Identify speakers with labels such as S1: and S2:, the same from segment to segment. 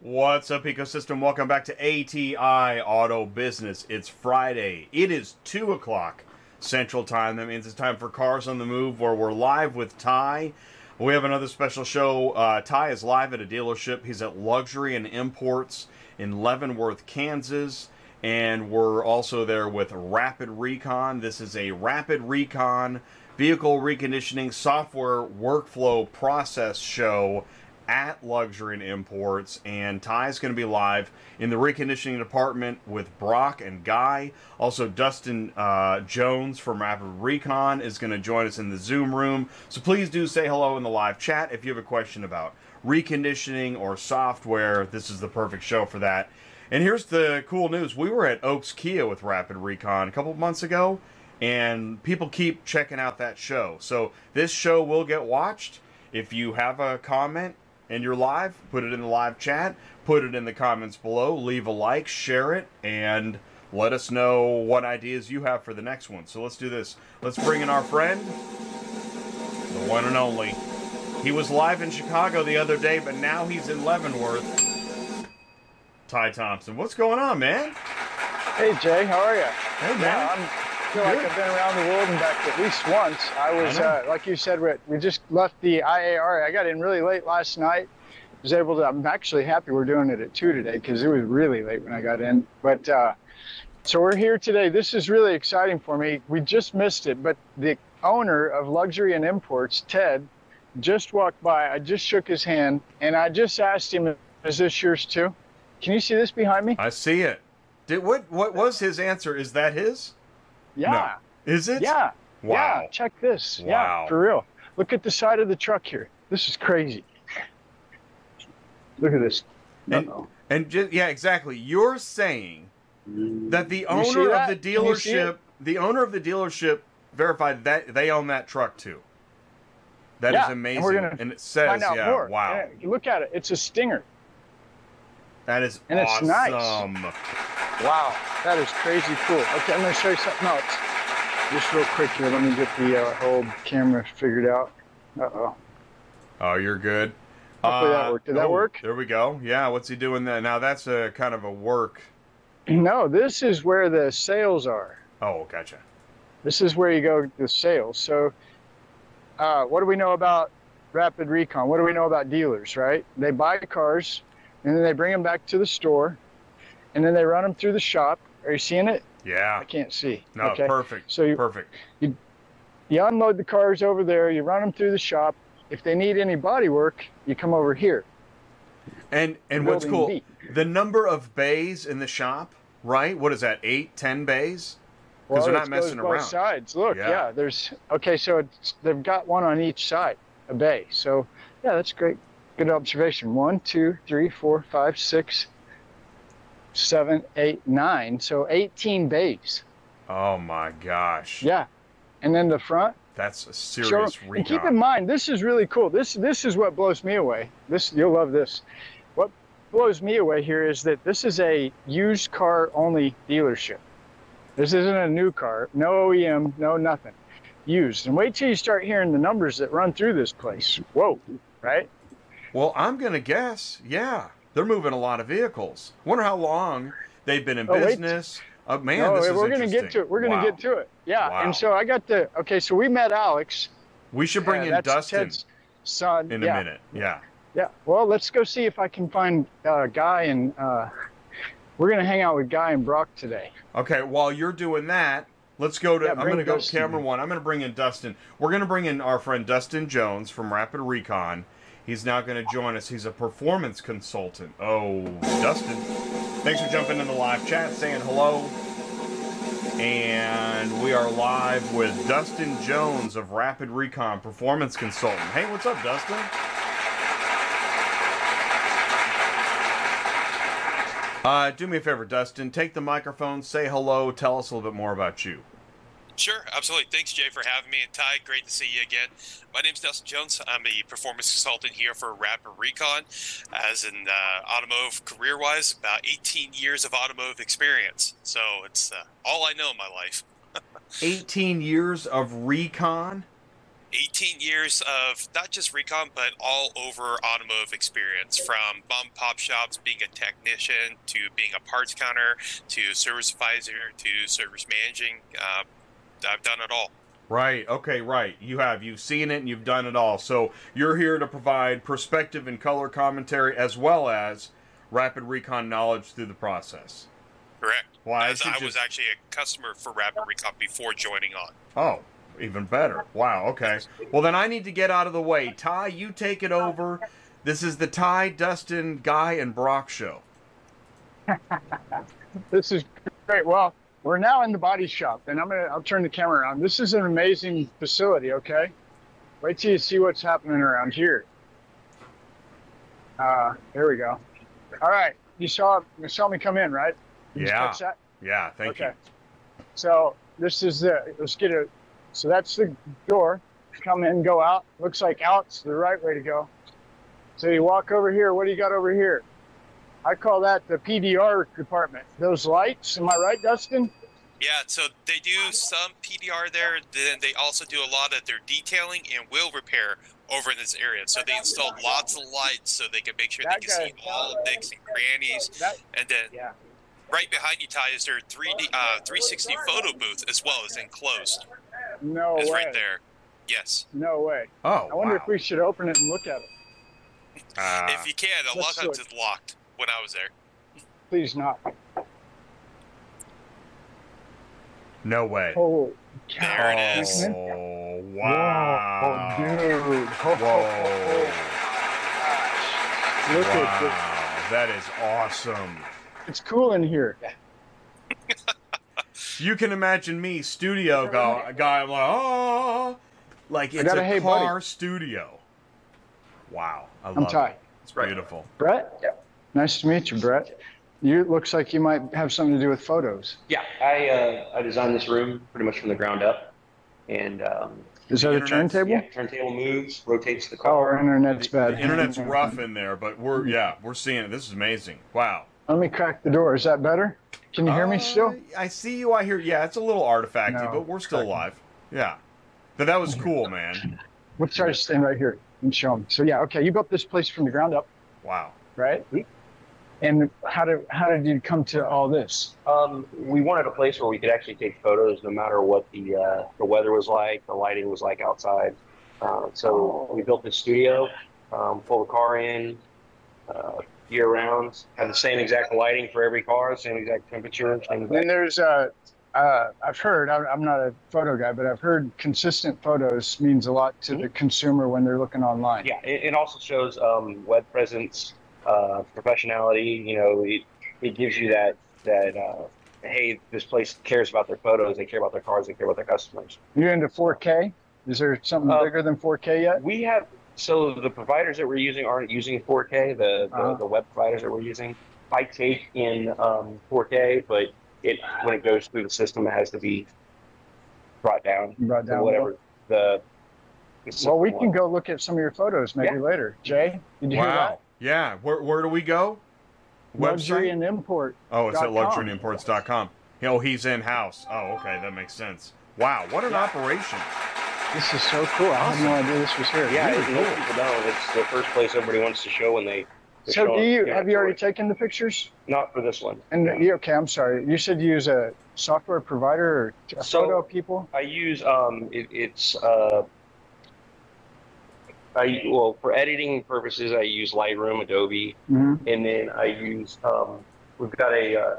S1: What's up, ecosystem? Welcome back to ATI Auto Business. It's Friday. It is 2 o'clock Central Time. That means it's time for Cars on the Move, where we're live with Ty. We have another special show. Uh, Ty is live at a dealership. He's at Luxury and Imports in Leavenworth, Kansas. And we're also there with Rapid Recon. This is a Rapid Recon vehicle reconditioning software workflow process show at Luxury and Imports, and Ty's going to be live in the reconditioning department with Brock and Guy. Also, Dustin uh, Jones from Rapid Recon is going to join us in the Zoom room. So please do say hello in the live chat if you have a question about reconditioning or software. This is the perfect show for that. And here's the cool news: we were at Oaks Kia with Rapid Recon a couple of months ago. And people keep checking out that show. So, this show will get watched. If you have a comment, and you're live, put it in the live chat, put it in the comments below, leave a like, share it, and let us know what ideas you have for the next one. So let's do this. Let's bring in our friend, the one and only. He was live in Chicago the other day, but now he's in Leavenworth. Ty Thompson, what's going on, man?
S2: Hey Jay, how are you?
S1: Hey, man.
S2: Yeah, I'm, I feel like
S1: Good.
S2: I've been around the world and back at least once. I was,
S1: know.
S2: uh, like you said, we, we just left the IARA. I got in really late last night. Was able to. I'm actually happy we're doing it at two today because it was really late when I got in. But uh, so we're here today. This is really exciting for me. We just missed it, but the owner of Luxury and Imports, Ted, just walked by. I just shook his hand and I just asked him, "Is this yours too?" Can you see this behind me?
S1: I see it. Did what? What was his answer? Is that his?
S2: Yeah.
S1: No. Is it?
S2: Yeah.
S1: Wow.
S2: Yeah, check this.
S1: Wow.
S2: Yeah, for real. Look at the side of the truck here. This is crazy. Look at this.
S1: And-
S2: Uh-oh.
S1: And ju- yeah, exactly. You're saying that the
S2: see
S1: owner
S2: that?
S1: of the
S2: Can you see
S1: dealership,
S2: it?
S1: the owner of the dealership, verified that they own that truck too. That is
S2: Yeah, and
S1: amazing,
S2: we're gonna
S1: and it says,
S2: Find out
S1: "Yeah,
S2: more.
S1: wow,
S2: Yeah, look at it. It's a stinger.
S1: that is
S2: And it's
S1: awesome."
S2: nice. Wow. That is crazy cool. Okay, I'm going to show you something else. Just real quick here. Let me get the uh, old camera figured out. Uh oh.
S1: Oh, you're good.
S2: Hopefully that worked. Did that
S1: oh,
S2: work?
S1: There we go. Yeah, what's he doing there? Now that's a kind of a work.
S2: No, this is where the sales are.
S1: Oh, gotcha.
S2: This is where you go to sales. So, uh, what do we know about Rapid Recon? What do we know about dealers, right? They buy cars and then they bring them back to the store and then they run them through the shop. Are you seeing it?
S1: Yeah.
S2: I can't see.
S1: No,
S2: okay.
S1: perfect.
S2: So, you,
S1: Perfect.
S2: you unload the cars over there, you run them through the shop. If they need any body work, you come over here.
S1: And and what's
S2: Building
S1: cool,
S2: B.
S1: the number of bays in the shop, right? What is that? Eight, ten bays? Because they're
S2: it
S1: not messing
S2: goes both
S1: around.
S2: sides. Look,
S1: Yeah.
S2: yeah. there's okay. So it's, they've got one on each side, a bay. So yeah, that's great. Good observation. One, two, three, four, five, six, seven, eight, nine. So 18 bays.
S1: Oh my gosh.
S2: Yeah, and then the front.
S1: That's a
S2: showroom.
S1: serious recon.
S2: And keep in mind, this is really cool. This this is what blows me away. This you'll love this. What blows me away here is that this is a used car only dealership. This isn't a new car. No OEM. No nothing. Used. And wait till you start hearing the numbers that run through this place. Whoa. Right.
S1: Well, I'm gonna guess. Yeah, they're moving a lot of vehicles. Wonder how long they've been in
S2: Oh, wait.
S1: business. Uh, man,
S2: no,
S1: this is
S2: we're gonna get
S1: interesting.
S2: to it. We're gonna
S1: Wow.
S2: get to it. Yeah.
S1: Wow.
S2: And so I got the okay. So we met Alex.
S1: We should bring
S2: uh,
S1: in
S2: that's
S1: Dustin
S2: Ted's son.
S1: in a
S2: yeah.
S1: minute. Yeah.
S2: Yeah. Well, let's go see if I can find uh, Guy and uh, we're gonna hang out with Guy and Brock today.
S1: Okay. While you're doing that, let's go to.
S2: Yeah,
S1: I'm
S2: bring
S1: gonna go
S2: Dustin
S1: camera
S2: in.
S1: one. I'm gonna bring in Dustin. We're gonna bring in our friend Dustin Jones from Rapid Recon. He's now gonna join us. He's a performance consultant. Oh, Dustin, thanks for jumping in the live chat, saying hello. And we are live with Dustin Jones of Rapid Recon Performance Consultant. Hey, what's up, Dustin? Uh, do me a favor, Dustin. Take the microphone, say hello, tell us a little bit more about you.
S3: Sure, absolutely. Thanks, Jay, for having me. And Ty, great to see you again. My name's Dustin Jones. I'm a performance consultant here for Rapid Recon. As in uh, automotive career wise, about 18 years of automotive experience. So it's uh, all I know in my life.
S1: 18 years of recon.
S3: 18 years of not just recon, but all over automotive experience from bomb pop shops, being a technician, to being a parts counter, to service advisor, to service managing. Uh, I've done it all.
S1: Right. Okay. Right. You have. You've seen it and you've done it all. So you're here to provide perspective and color commentary as well as rapid recon knowledge through the process.
S3: Correct.
S1: Why?
S3: As I was actually a customer for Rapid Recon before joining on.
S1: Oh, even better. Wow. Okay. Well, then I need to get out of the way. Ty, you take it over. This is the Ty, Dustin, Guy, and Brock show.
S2: This is great. Well, we're now in the body shop, and I'm gonna I'll turn the camera around. This is an amazing facility. Okay, wait till you see what's happening around here. Uh, there we go. All right, you saw you saw me come in, right? You just
S1: Yeah.
S2: catch that?
S1: Yeah. Thank
S2: okay. So this is the let's get a so that's the door. Come in, go out. Looks like out's the right way to go. So you walk over here, what do you got over here? I call that the PDR department. Those lights, am I right, Dustin?
S3: Yeah, so they do some PDR there. Then they also do a lot of their detailing and wheel repair over in this area. So they install lots of lights so they can make sure
S2: That
S3: they can see
S2: guy-
S3: all the nicks and crannies.
S2: That
S3: And then
S2: yeah.
S3: right behind you, Ty, is their 3D, uh, 360 photo booth as well as enclosed.
S2: No
S3: It's
S2: way.
S3: right there. Yes.
S2: No way.
S1: you. Oh.
S2: I wonder
S1: wow.
S2: if we should open it and look at it.
S1: Ah,
S3: If you can, a lot of
S2: Let's
S3: times it's locked when I was there.
S2: Please not.
S1: no way.
S2: Oh,
S3: There it is.
S1: Oh, wow.
S2: Whoa, dude.
S1: Whoa.
S2: Look at this.
S1: wow. That is awesome.
S2: It's cool in here.
S1: You can imagine me, studio guy, guy I'm like, oh, like
S2: I
S1: it's
S2: got
S1: a
S2: a hey buddy.
S1: car studio. Wow, I love
S2: I'm Ty.
S1: it. It's
S3: Right.
S1: beautiful.
S2: Brett? Nice to meet you, Brett. You it looks like you might have something to do with photos.
S4: Yeah, I uh, I designed this room pretty much from the ground up, and um,
S2: Is that a
S1: Internet's-
S2: turntable?
S4: yeah, turntable moves, rotates the
S2: Oh, our
S4: car.
S2: internet's bad. Mm-hmm.
S1: The internet's rough in there, but we're yeah, we're seeing it. This is amazing. Wow.
S2: Let me crack the door. Is that better? Can you hear
S1: Uh,
S2: me still?
S1: I see you. I hear. Yeah, it's a little artifacty,
S2: No,
S1: but we're still
S2: cracking.
S1: alive. Yeah, but that was cool, man.
S2: We'll try to stand right here and show them. So yeah, okay. You built this place from the ground up,
S1: Wow.
S2: right? And how did how did you come to all this?
S4: Um, we wanted a place where we could actually take photos, no matter what the uh, the weather was like, the lighting was like outside. Uh, so we built this studio, um, pull the car in uh, year round, have the same exact lighting for every car, same exact temperature, same exact
S2: And there's uh, uh, I've heard I'm I'm not a photo guy, but I've heard consistent photos means a lot to the consumer when they're looking online.
S4: Yeah, it, it also shows um, web presence, uh, professionality. You know, it, it gives you that that uh, hey, this place cares about their photos, they care about their cars, they care about their customers.
S2: You into 4K? Is there something
S4: Uh,
S2: bigger than 4K yet?
S4: We have so the providers that we're using aren't using 4K. The the,
S2: Uh-huh.
S4: the web providers that we're using, I take in um, 4K, but it when it goes through the system, it has to be brought down
S2: You brought
S4: to
S2: down a little-
S4: whatever the.
S2: Well, we can go look at some of your photos maybe later. Jay, did you hear that?
S1: Wow. Yeah. Where where do we go?
S2: Luxury
S1: Website.
S2: and import.
S1: Oh, it's at
S2: dot com.
S1: luxuryimports.com. Oh, he's in house. Oh, okay, that makes sense. Wow, what an operation!
S2: This is so cool. I had no
S1: Awesome.
S2: idea this was here.
S4: Yeah,
S1: Really
S4: it, most
S1: cool.
S4: people don't. It's the first place everybody wants to show when they. they're
S2: So do
S4: showing-
S2: you
S4: yeah,
S2: have you already
S4: for-
S2: taken the pictures?
S4: Not for this one.
S2: And
S4: No.
S2: you, okay, I'm sorry. You said you use a software provider or t- a
S4: So-
S2: photo people.
S4: I use um, it, it's uh, I well for editing purposes I use Lightroom, Adobe,
S2: Mm-hmm.
S4: and then I use um, we've got a uh,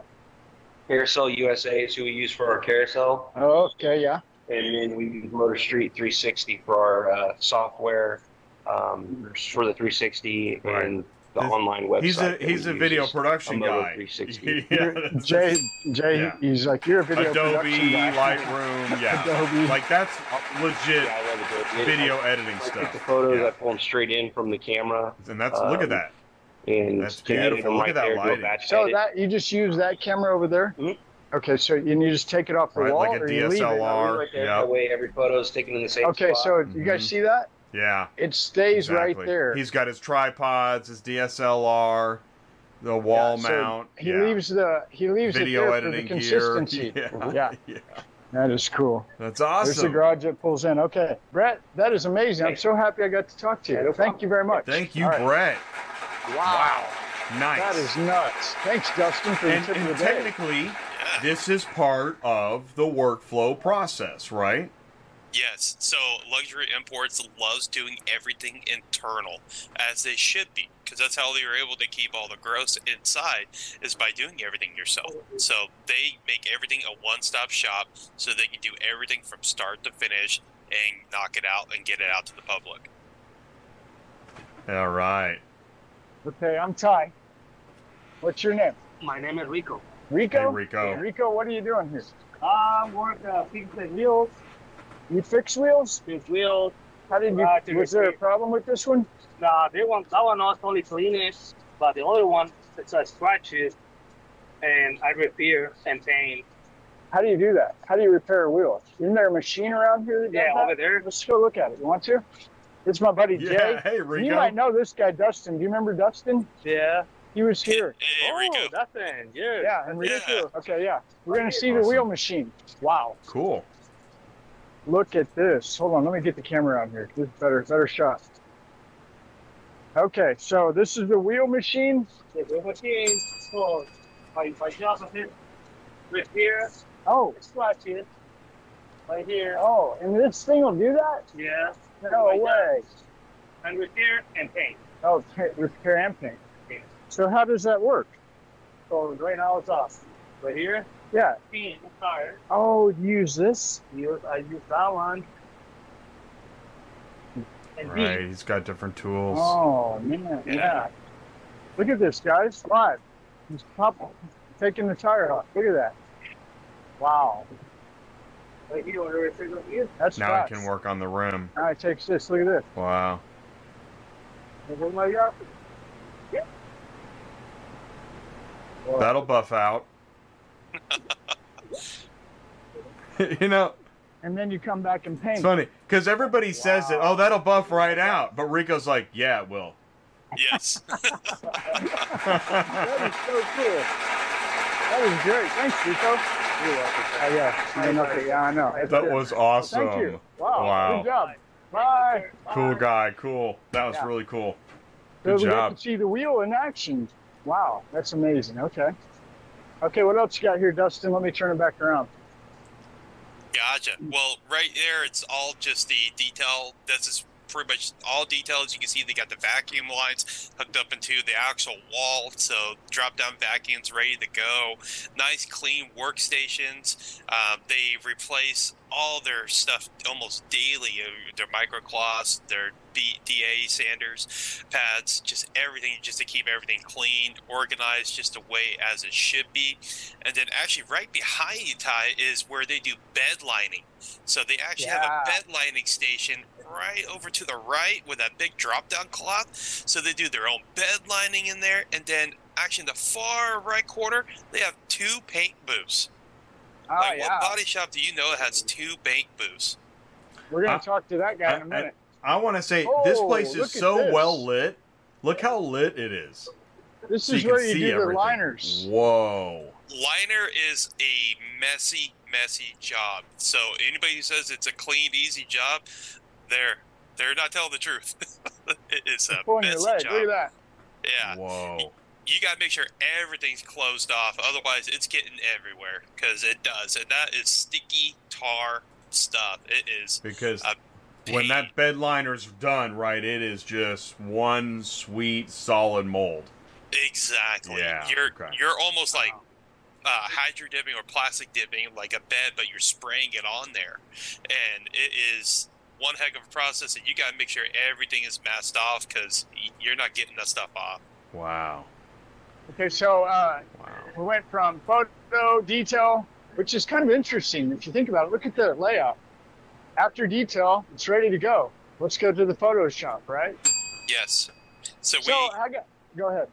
S4: Carousel USA is who we use for our carousel,
S2: Oh, Okay, yeah.
S4: and then we use Motor Street 360 for our uh, software um, for the 360 and the
S1: This-
S4: online website.
S1: He's a
S4: that
S1: he's
S4: we
S1: a
S4: use
S1: video
S4: is-
S1: production
S4: Moto
S1: guy.
S4: 360.
S1: Yeah,
S2: You're-
S1: that's-
S2: Jay, Jay,
S1: yeah.
S2: he's like you're a video
S1: Adobe,
S2: production guy.
S1: Lightroom, yeah,
S2: Adobe.
S1: like that's legit
S4: Yeah, I love it. It-
S1: video editing
S4: I take the Um,
S1: stuff.
S4: photos,
S1: Yeah.
S4: I pull them straight in from the camera,
S1: And that's look at that.
S4: and
S1: That's
S4: can edit
S1: beautiful.
S4: them
S1: Look
S4: right
S1: at that
S4: there, do a
S1: lighting.
S4: batch
S2: so
S4: edit.
S2: that you just use that camera over there.
S4: Mhm.
S2: Okay, so and you just take it off the
S1: Right,
S2: wall
S1: like a
S2: or you leave it.
S1: DSLR.
S4: Right there,
S1: yeah.
S4: That way, every photo is taken in the same
S2: Okay,
S4: spot.
S2: so you guys
S1: Mhm.
S2: see that?
S1: Yeah,
S2: It stays right
S1: exactly.
S2: there.
S1: He's got his tripods, his DSLR, the wall
S2: Yeah, so
S1: mount.
S2: He
S1: yeah.
S2: leaves the he leaves
S1: video
S2: it there for the
S1: editing
S2: consistency.
S1: gear.
S2: Yeah.
S1: yeah.
S2: That is cool.
S1: That's
S2: There's the
S1: awesome.
S2: garage that pulls in. Okay, Brett, that is amazing. I'm
S4: Hey.
S2: so happy I got to talk to you.
S4: Yeah, no
S2: Thank you very much.
S1: Thank you,
S2: All right.
S1: Brett.
S4: Wow.
S1: Nice.
S2: That is nuts. Thanks, Dustin, for
S1: and,
S2: the tip
S1: and
S2: of the day.
S1: technically, this is part of the workflow process, right?
S3: Yes. So luxury imports loves doing everything internal, as they should be, because that's how they are able to keep all the gross inside is by doing everything yourself. So they make everything a one-stop shop, so they can do everything from start to finish and knock it out and get it out to the public.
S1: All right.
S2: Okay, I'm Ty. What's your name?
S5: My name is Rico.
S2: Rico?
S1: Hey, Rico.
S2: Rico, what are you doing here?
S5: I work uh, fix the wheels,
S2: You fix wheels?
S5: fix wheels.
S2: How did you?
S5: Uh, to
S2: was there a
S5: repair.
S2: problem with this one?
S5: Now they want that one not only cleanest, but the other one it's a scratches, and I repair and paint.
S2: How do you do that? How do you repair a wheel? Isn't there a machine around here that does
S5: Yeah,
S2: that?
S5: over there.
S2: Let's go look at it. You want to? It's my buddy
S1: Yeah. Hey,
S2: Jay.
S1: Rico.
S2: You might know this guy, Dustin. Do you remember Dustin?
S5: Yeah.
S2: He was here.
S3: Hey,
S5: oh,
S3: Rico.
S5: that thing. Yeah.
S2: Yeah, and Rico.
S3: Yeah.
S2: Okay, yeah. We're gonna see the
S1: Awesome.
S2: wheel machine. Wow.
S1: Cool.
S2: Look at this. Hold on, let me get the camera out here. This is better, better shot. Okay, so this is the wheel machine.
S5: The wheel machine. So my my job is it repair
S2: Oh,
S5: scratches right here.
S2: oh, and this thing will do that?
S5: Yeah.
S2: No
S5: Like that.
S2: way.
S5: And repair and paint.
S2: Oh, ca- repair and paint.
S5: Yeah.
S2: So how does that work?
S5: So right now it's off. Right here,
S2: Yeah.
S5: paint tire.
S2: Oh, use this.
S5: Use I use that one. And these
S1: Right. He's got different tools.
S2: Oh man, yeah. Look at this, guys. Live. He's pop taking the tire off. Look at that. Wow,
S5: Like, you know, every single year.
S2: that's
S1: now
S2: fast.
S1: he can work on the rim.
S2: Now he takes this. Look at this.
S1: Wow.
S5: And we're like, yeah,
S1: That'll buff out. you know,
S2: And then you come back and
S1: it's
S2: paint.
S1: funny because everybody says it. Oh, that'll buff right out. But Rico's like, yeah, it will.
S3: Yes.
S2: That is so cool. That is great. Thanks, Rico. You're welcome. Oh, yeah. I know. Okay, Yeah, I know. It's
S1: that
S2: good.
S1: was awesome.
S2: Thank you. Wow.
S1: Wow.
S2: Good job. Bye.
S1: Cool guy. Cool. That was
S2: Yeah.
S1: really cool.
S2: So
S1: Good
S2: we got
S1: job.
S2: to see the wheel in action. Wow, that's amazing. Okay. Okay, what else you got here, Dustin? Let me turn it back around.
S3: Gotcha. Well, right there, it's all just the detail. This is pretty much all details. You can see they got the vacuum lines hooked up into the actual wall, so drop down vacuums ready to go. Nice, clean workstations. Uh, they replace all their stuff almost daily uh, their microcloths, their B- DA sanders, pads, just everything, just to keep everything clean, organized, just the way as it should be. And then actually right behind you, Ty, is where they do bed lining. So they actually
S2: Yeah.
S3: have a bed lining station right over to the right with that big drop down cloth. So they do their own bed lining in there. And then actually in the far right corner, they have two paint booths.
S2: Oh,
S3: like
S2: yeah.
S3: what body shop do you know that has two paint booths?
S2: We're going
S1: Uh,
S2: to talk to that guy in a
S1: uh,
S2: minute.
S1: I want to say this
S2: Oh,
S1: place is
S2: look at
S1: so
S2: this.
S1: well lit. Look how lit it is.
S2: this
S1: So
S2: is
S1: you
S2: where
S1: can
S2: you
S1: see
S2: do
S1: everything.
S2: the liners.
S1: Whoa.
S3: Liner is a messy, messy job. So anybody who says it's a clean, easy job, they're they're not telling the truth. it is a
S2: Pulling your
S3: messy
S2: leg.
S3: job.
S2: Look at that.
S3: Yeah,
S1: Whoa.
S3: you got to make sure everything's closed off. Otherwise, it's getting everywhere because it does, and that is sticky tar stuff. It is.
S1: Because
S3: Uh,
S1: when that bed liner's done, right, it is just one sweet solid mold.
S3: Exactly.
S1: Yeah,
S3: You're
S1: okay.
S3: you're almost like uh, hydro dipping or plastic dipping like a bed, but you're spraying it on there, and it is one heck of a process. And you got to make sure everything is masked off because you're not getting that stuff off.
S1: Wow.
S2: Okay, so uh,
S1: Wow.
S2: we went from photo, detail, which is kind of interesting if you think about it. Look at the layout. After detail, it's ready to go. Let's go to the photo shop, right?
S3: Yes. So we.
S2: So uh I got, go ahead.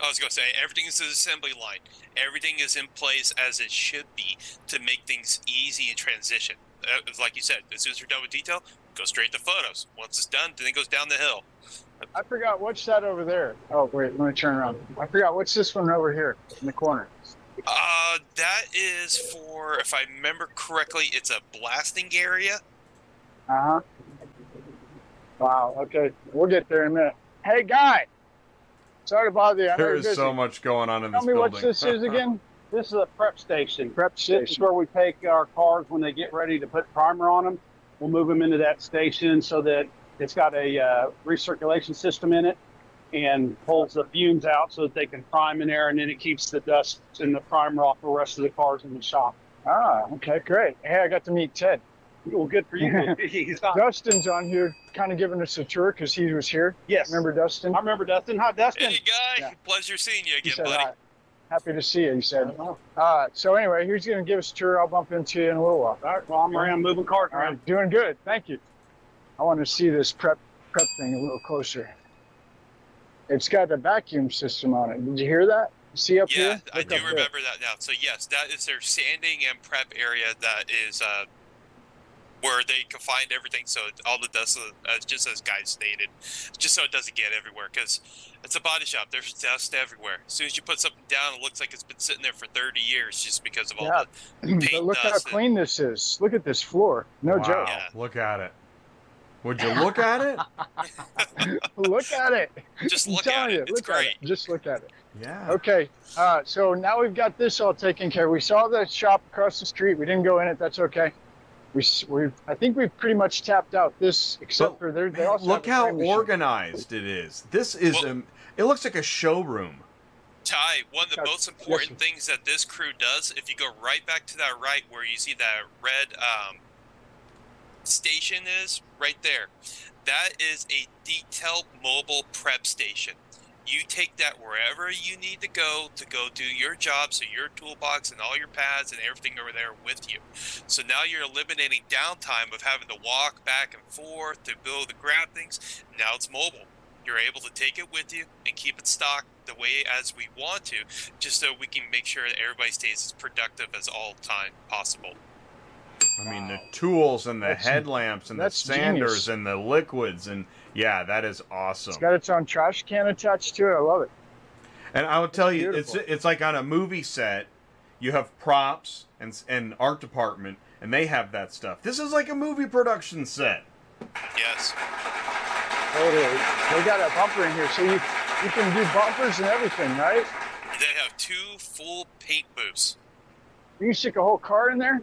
S3: I was going to say, everything is an assembly line. Everything is in place as it should be to make things easy and transition. Uh, it's like you said, as soon as you're done with detail, go straight to photos. Once it's done, then it goes down the hill.
S2: I forgot what's that over there. Oh wait, let me turn around. I forgot what's this one over here in the corner.
S3: Uh, that is for, if I remember correctly, it's a blasting area.
S2: Uh huh. Wow. Okay, we'll get there in a minute. Hey, guy. Sorry to bother you. I know
S1: There
S2: you're
S1: is
S2: busy.
S1: so much going on in
S2: Tell
S1: this
S2: me
S1: building.
S2: what this is again.
S6: This is a prep station.
S2: Prep
S6: This is
S2: station.
S6: where we take our cars when they get ready to put primer on them. We'll move them into that station so that it's got a uh, recirculation system in it and pulls the fumes out so that they can prime in there and then it keeps the dust and the primer off the rest of the cars in the shop.
S2: Ah, okay, great. Hey, I got to meet Ted.
S6: Well, good for you. He's not-
S2: Dustin's on here, kind of giving us a tour because he was here.
S6: yes.
S2: Remember Dustin?
S6: I remember Dustin. Hi, Dustin.
S3: Hey, guy.
S2: Yeah.
S3: Pleasure seeing you
S2: He
S3: again,
S2: said,
S3: buddy.
S2: "Hi. Happy to see you, he said.
S6: Uh-huh.
S2: Uh, so anyway, he's going to give us a tour. I'll bump into you in a little while.
S6: All right, well, I'm around moving cars
S2: All
S6: around.
S2: right, doing good. Thank you. I want to see this prep prep thing a little closer. It's got a vacuum system on it. Did you hear that? See up
S3: Yeah,
S2: here?
S3: I
S2: Look
S3: do
S2: up there.
S3: remember that now. So yes, that is their sanding and prep area. That is uh, where they can find everything. So all the dust, uh, just as guys stated, just so it doesn't get everywhere. Because it's a body shop. There's dust everywhere. As soon as you put something down, it looks like it's been sitting there for 30 years just because of all
S2: Yeah.
S3: the paint
S2: But look how
S3: dust. and-
S2: clean this is. Look at this floor. No
S1: wow,
S2: joke.
S3: Yeah.
S1: Look at it. Would you look at it?
S2: Look at it.
S3: just
S2: I'm
S3: look
S2: telling
S3: at
S2: you,
S3: it. It's
S2: look at
S3: great.
S2: it. Just look at it.
S1: Yeah.
S2: Okay, uh, so now we've got this all taken care. of. We saw the shop across the street. We didn't go in it. That's okay. We, s- we I think we've pretty much tapped out this, except
S1: But,
S2: for they're, they
S1: Man,
S2: also
S1: look
S2: have a
S1: how
S2: crane machine.
S1: organized it is. This is
S3: Well-
S1: um, it looks like a showroom.
S3: Ty, one of the
S2: Yes,
S3: most important
S2: yes,
S3: things that this crew does, if you go right back to that right where you see that red um, station is, right there, that is a detailed mobile prep station. You take that wherever you need to go to go do your job, so your toolbox and all your pads and everything over there with you. So now you're eliminating downtime of having to walk back and forth to build and grab things. Now it's mobile. You're able to take it with you and keep it stocked the way as we want to, just so we can make sure that everybody stays as productive as all time possible.
S1: I mean, the tools and the
S2: That's-
S1: headlamps and the
S2: that's
S1: sanders
S2: genius.
S1: and the liquids and yeah, that is awesome.
S2: It's got its own trash can attached to it. I love it.
S1: And I will tell you, it's
S2: beautiful.
S1: it's like on a movie set. You have props and s- and art department, and they have that stuff. This is like a movie production set.
S3: Yes.
S2: Totally. They got a bumper in here, so you you can do bumpers and everything, right?
S3: They have two full paint booths.
S2: You can stick a whole car in there.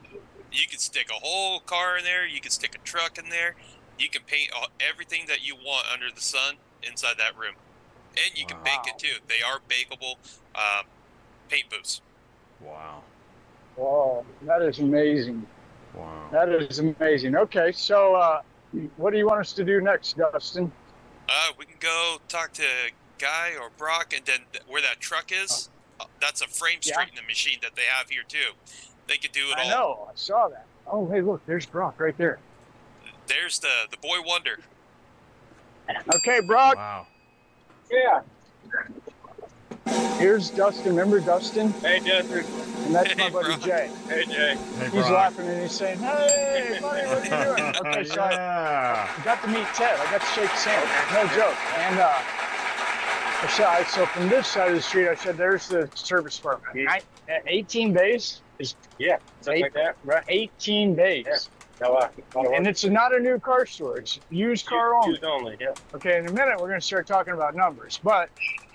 S3: You can stick a whole car in there, you can stick a truck in there, you can paint all, everything that you want under the sun inside that room. And you can bake it too. They are bakeable um, paint booths.
S1: Wow,
S2: Wow, Oh, that is amazing.
S1: wow.
S2: That is amazing. Okay, so uh, what do you want us to do next, Dustin?
S3: Uh, we can go talk to Guy or Brock, and then th- where that truck is, uh, that's a frame
S2: Yeah.
S3: straightening machine that they have here too. They could do it
S2: I
S3: all.
S2: know. I saw that. Oh, hey, look, there's Brock right there.
S3: There's the the boy wonder.
S2: Okay, Brock.
S1: Wow.
S6: Yeah.
S2: Here's Dustin. Remember Dustin?
S6: Hey, Dustin.
S2: And that's my
S3: Hey,
S2: buddy
S3: Brock.
S2: Jay.
S6: Hey, Jay.
S1: Hey,
S2: He's
S1: Brock.
S2: laughing and he's saying, "Hey, buddy, what are you doing?" Okay, so I-
S1: yeah.
S2: got to meet Ted. I got to shake his hand. No joke. And uh, I said, I- so from this side of the street, I said, there's the service department.
S6: Yeah.
S2: Ni- uh, 18 bays is
S6: Yeah. Something like that.
S2: right, 18 bays.
S6: Yeah. No, uh, I, I
S2: And it's not a new car store. It's used car only.
S6: only. Yeah.
S2: Okay, in a minute, we're going to start talking about numbers. But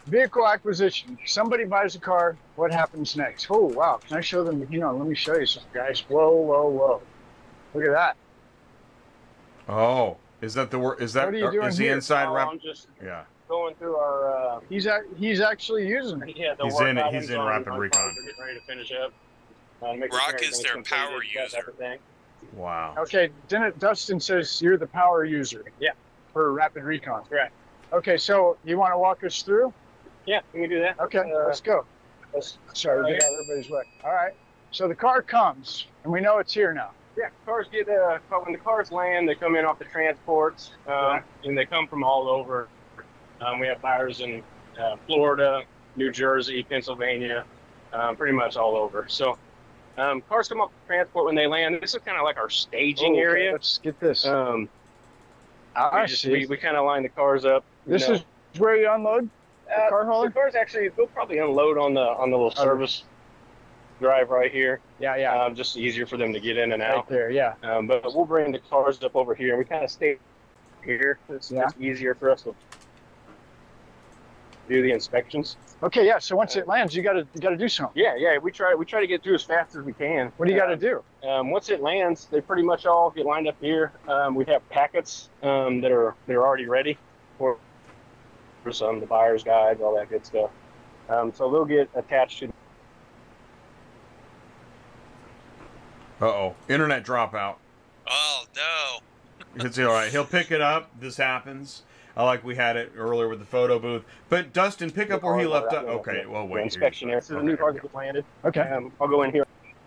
S2: vehicle acquisition. Somebody buys a car. What happens next? Oh, wow. Can I show them? You know, let me show you something, guys. Whoa, whoa, whoa. Look at that.
S1: Oh, is that the word? Is that
S2: What are you
S1: or
S2: doing
S1: is he
S2: here?
S1: inside
S6: Oh,
S1: rep?
S6: I'm just
S1: Yeah.
S6: going through our. Uh,
S2: He's, ac he's actually using it.
S6: yeah, the
S1: He's
S6: work
S1: in it.
S6: items
S1: He's in
S6: on
S1: rapid
S6: my
S1: recon.
S6: cars We're getting ready to finish up. Uh, making
S3: Rock
S6: sure
S3: is their
S6: everything's
S3: power
S6: completed, got
S3: user.
S6: everything.
S1: Wow.
S2: Okay, then it, Dustin says you're the power user.
S6: Yeah.
S2: For rapid recon.
S6: Correct.
S2: Okay, so you want to walk us through?
S6: Yeah, we can do that.
S2: Okay,
S6: Uh,
S2: let's go.
S6: Let's,
S2: Sorry, we got everybody's way. All right. So the car comes, and we know it's here now.
S6: yeah, cars get uh, but when the cars land, they come in off the transports, um, and they come from all over. Um, we have buyers in uh, Florida, New Jersey, Pennsylvania, um, pretty much all over. So um, cars come off the transport when they land. This is kind of like our staging
S4: Oh,
S2: Okay,
S6: area.
S2: Let's get this.
S6: Um,
S2: I
S6: we just-
S2: see.
S6: we, we kind of line the cars up. you
S2: this
S6: know.
S2: is where you unload the
S6: Uh,
S2: car hauler.
S6: The cars actually, they'll probably unload on the on the little
S2: Oh.
S6: service drive right here.
S2: Yeah, yeah.
S6: Um, just easier for them to get in and out.
S2: right there, yeah.
S6: Um, but we'll bring the cars up over here, and we kind of stay here. It's
S2: Yeah.
S6: it's easier for us to do the inspections.
S2: Okay, yeah. So once it lands, you gotta you gotta do something.
S6: Yeah, yeah. We try we try to get through as fast as we can.
S2: What do you
S6: Uh,
S2: gotta do?
S6: Um, once it lands, they pretty much all get lined up here. Um, we have packets um, that are that are already ready for for some the buyer's guides, all that good stuff. Um, so they'll get attached to
S1: Uh oh. Internet dropout.
S3: Oh no.
S1: It's all right. He'll pick it up. This happens. I like we had it earlier with the photo booth. But Dustin, pick up where he left off. Okay. Well,
S6: the
S1: wait.
S6: inspection area. So the new
S1: Okay.
S6: car that gets landed.
S2: Okay.
S6: Um, I'll go in here.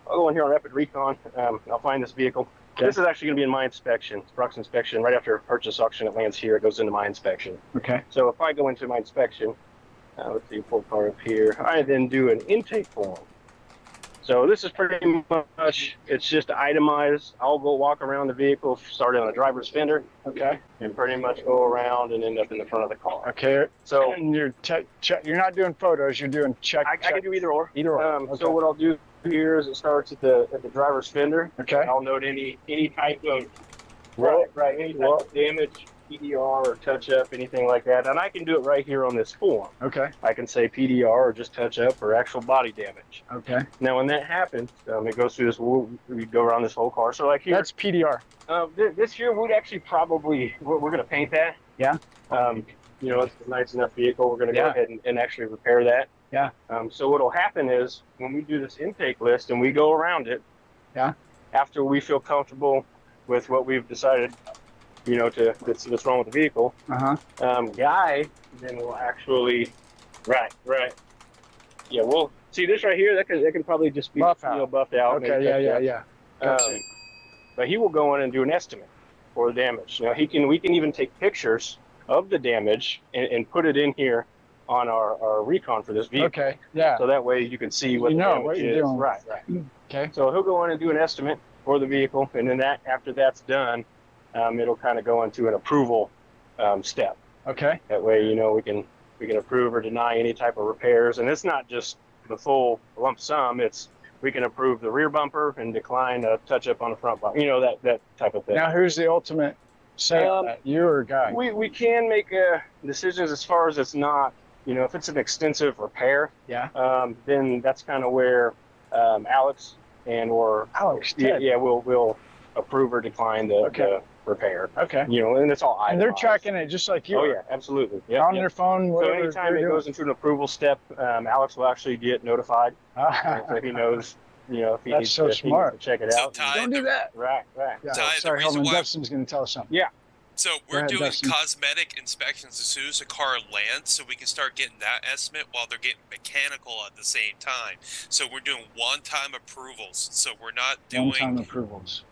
S6: I'll go in here on Rapid Recon. Um, I'll find this vehicle.
S2: Okay.
S6: This is actually going to be in my inspection, it's Brock's inspection. Right after purchase auction, it lands here. It goes into my inspection.
S2: Okay.
S6: So if I go into my inspection, uh, let's see, full car up here. I then do an intake form. So this is pretty much it's just itemized. I'll go walk around the vehicle, start on the driver's fender,
S2: Okay.
S6: and pretty much go around and end up in the front of the car.
S2: Okay.
S6: So
S2: And you're te- check. You're not doing photos. You're doing check.
S6: I, I
S2: check.
S6: can do either or.
S2: either.
S6: Um,
S2: okay.
S6: So what I'll do here is it starts at the at the driver's fender.
S2: okay.
S6: I'll note any any type of
S2: Well-
S6: right, right, any type of damage, PDR or touch up, anything like that. And I can do it right here on this form.
S2: Okay.
S6: I can say PDR or just touch up or actual body damage.
S2: Okay.
S6: Now, when that happens, um, it goes through this. We'll, we go around this whole car. So, like here,
S2: That's PDR.
S6: uh, th- this year we'd actually probably we're, we're going to paint that.
S2: Yeah.
S6: Um, you know, it's a nice enough vehicle. We're going to
S2: Yeah.
S6: go ahead and, and actually repair that.
S2: Yeah.
S6: Um, so what'll happen is when we do this intake list and we go around it.
S2: Yeah.
S6: After we feel comfortable with what we've decided, you know, to that's what's wrong with the vehicle,
S2: Uh huh.
S6: um, guy, then we'll actually. Right, right. Yeah, well, see this right here. That can that can probably just be
S2: Buff
S6: you
S2: out.
S6: know, buffed out.
S2: Okay.
S6: maybe
S2: Yeah.
S6: touched
S2: Yeah.
S6: up.
S2: Yeah.
S6: Um,
S2: Gotcha.
S6: but he will go in and do an estimate for the damage. Now he can, we can even take pictures of the damage and, and put it in here on our, our recon for this vehicle.
S2: Okay. Yeah.
S6: So that way you can see what
S2: You
S6: the
S2: know
S6: damage
S2: what you're
S6: is.
S2: doing.
S6: Right, right.
S2: Okay.
S6: So he'll go in and do an estimate for the vehicle, and then that after that's done, um, it'll kind of go into an approval um, step.
S2: Okay.
S6: That way, you know, we can we can approve or deny any type of repairs, and it's not just the full lump sum. It's we can approve the rear bumper and decline a touch up on the front bumper. You know that that type of thing.
S2: Now who's the ultimate say?
S6: Um,
S2: you or guy?
S6: we we can make uh, decisions as far as it's not. You know, if it's an extensive repair,
S2: Yeah.
S6: um, then that's kind of where um, Alex and or
S2: Alex.
S6: yeah,
S2: Ted.
S6: yeah, we'll we'll approve or decline the,
S2: Okay.
S6: the repair.
S2: Okay.
S6: You know, and it's all
S2: And they're
S6: itemized.
S2: tracking it just like you.
S6: Oh
S2: are.
S6: yeah, absolutely. Yeah.
S2: on their phone.
S6: So
S2: Whatever
S6: anytime
S2: they're
S6: it
S2: doing.
S6: goes into an approval step, um, Alex will actually get notified,
S2: Ah,
S6: so he knows, you know, if he,
S2: That's
S6: needs,
S2: so
S6: to, if he needs
S2: smart.
S6: to check it
S3: So
S6: out.
S3: Ty,
S2: Don't do
S3: the,
S2: that.
S6: Right, right.
S2: Yeah,
S3: Ty, the
S2: sorry,
S3: reason
S2: Holman.
S3: why-
S2: Dustin's going to tell us something.
S3: so we're
S2: ahead,
S3: doing
S2: Dustin.
S3: cosmetic inspections as soon as a car lands, so we can start getting that estimate while they're getting mechanical at the same time. So we're doing one-time approvals. So we're not doing
S2: One-time approvals.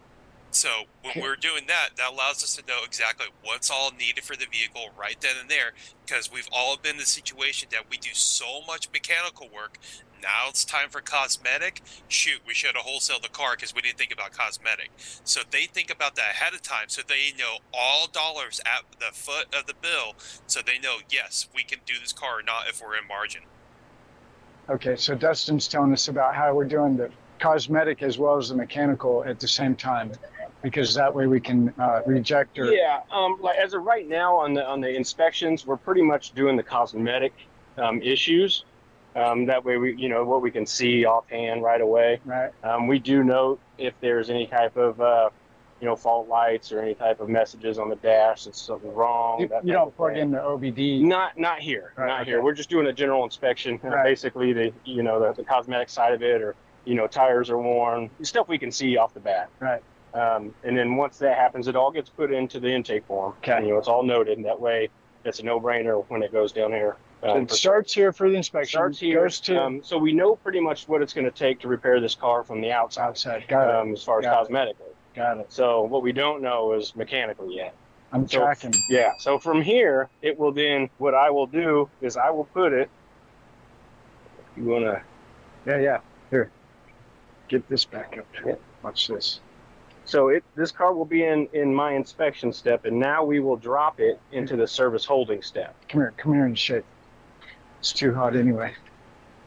S3: So when
S2: Okay.
S3: we're doing that, that allows us to know exactly what's all needed for the vehicle right then and there, because we've all been in the situation that we do so much mechanical work. Now it's time for cosmetic. Shoot, we should have wholesaled the car because we didn't think about cosmetic. So they think about that ahead of time, so they know all dollars at the foot of the bill, so they know yes, we can do this car or not if we're in margin.
S2: Okay, so Dustin's telling us about how we're doing the cosmetic as well as the mechanical at the same time, because that way we can uh, reject or
S6: Yeah, um, like as of right now on the on the inspections, we're pretty much doing the cosmetic um, issues. Um, that way, we you know what we can see offhand right away.
S2: right.
S6: Um, we do note if there's any type of uh, you know fault lights or any type of messages on the dash that's something wrong.
S2: You,
S6: that
S2: you
S6: type
S2: don't
S6: of
S2: plug
S6: thing.
S2: in the OBD.
S6: Not not here.
S2: Right,
S6: not
S2: okay.
S6: here. We're just doing a general inspection. and
S2: Right.
S6: Basically, the you know the, the cosmetic side of it, or you know tires are worn, stuff we can see off the bat.
S2: Right.
S6: Um, and then once that happens, it all gets put into the intake form.
S2: Okay.
S6: You know, it's all noted. and That way, it's a no-brainer when it goes down here. Um,
S2: It starts here for the inspection.
S6: starts here.
S2: Goes to
S6: um, so we know pretty much what it's going to take to repair this car from the outside,
S2: outside. Got it.
S6: um, as far as
S2: Got it.
S6: cosmetically.
S2: Got it.
S6: So what we don't know is mechanically yet.
S2: I'm
S6: so-
S2: tracking.
S6: Yeah. So from here, it will then, what I will do is I will put it, you want to,
S2: Yeah, yeah. Here, get this back up.
S6: Yeah.
S2: Watch this.
S6: so it, this car will be in, in my inspection step, and now we will drop it into the service holding step.
S2: Come here. Come here and shake. It's too hot anyway.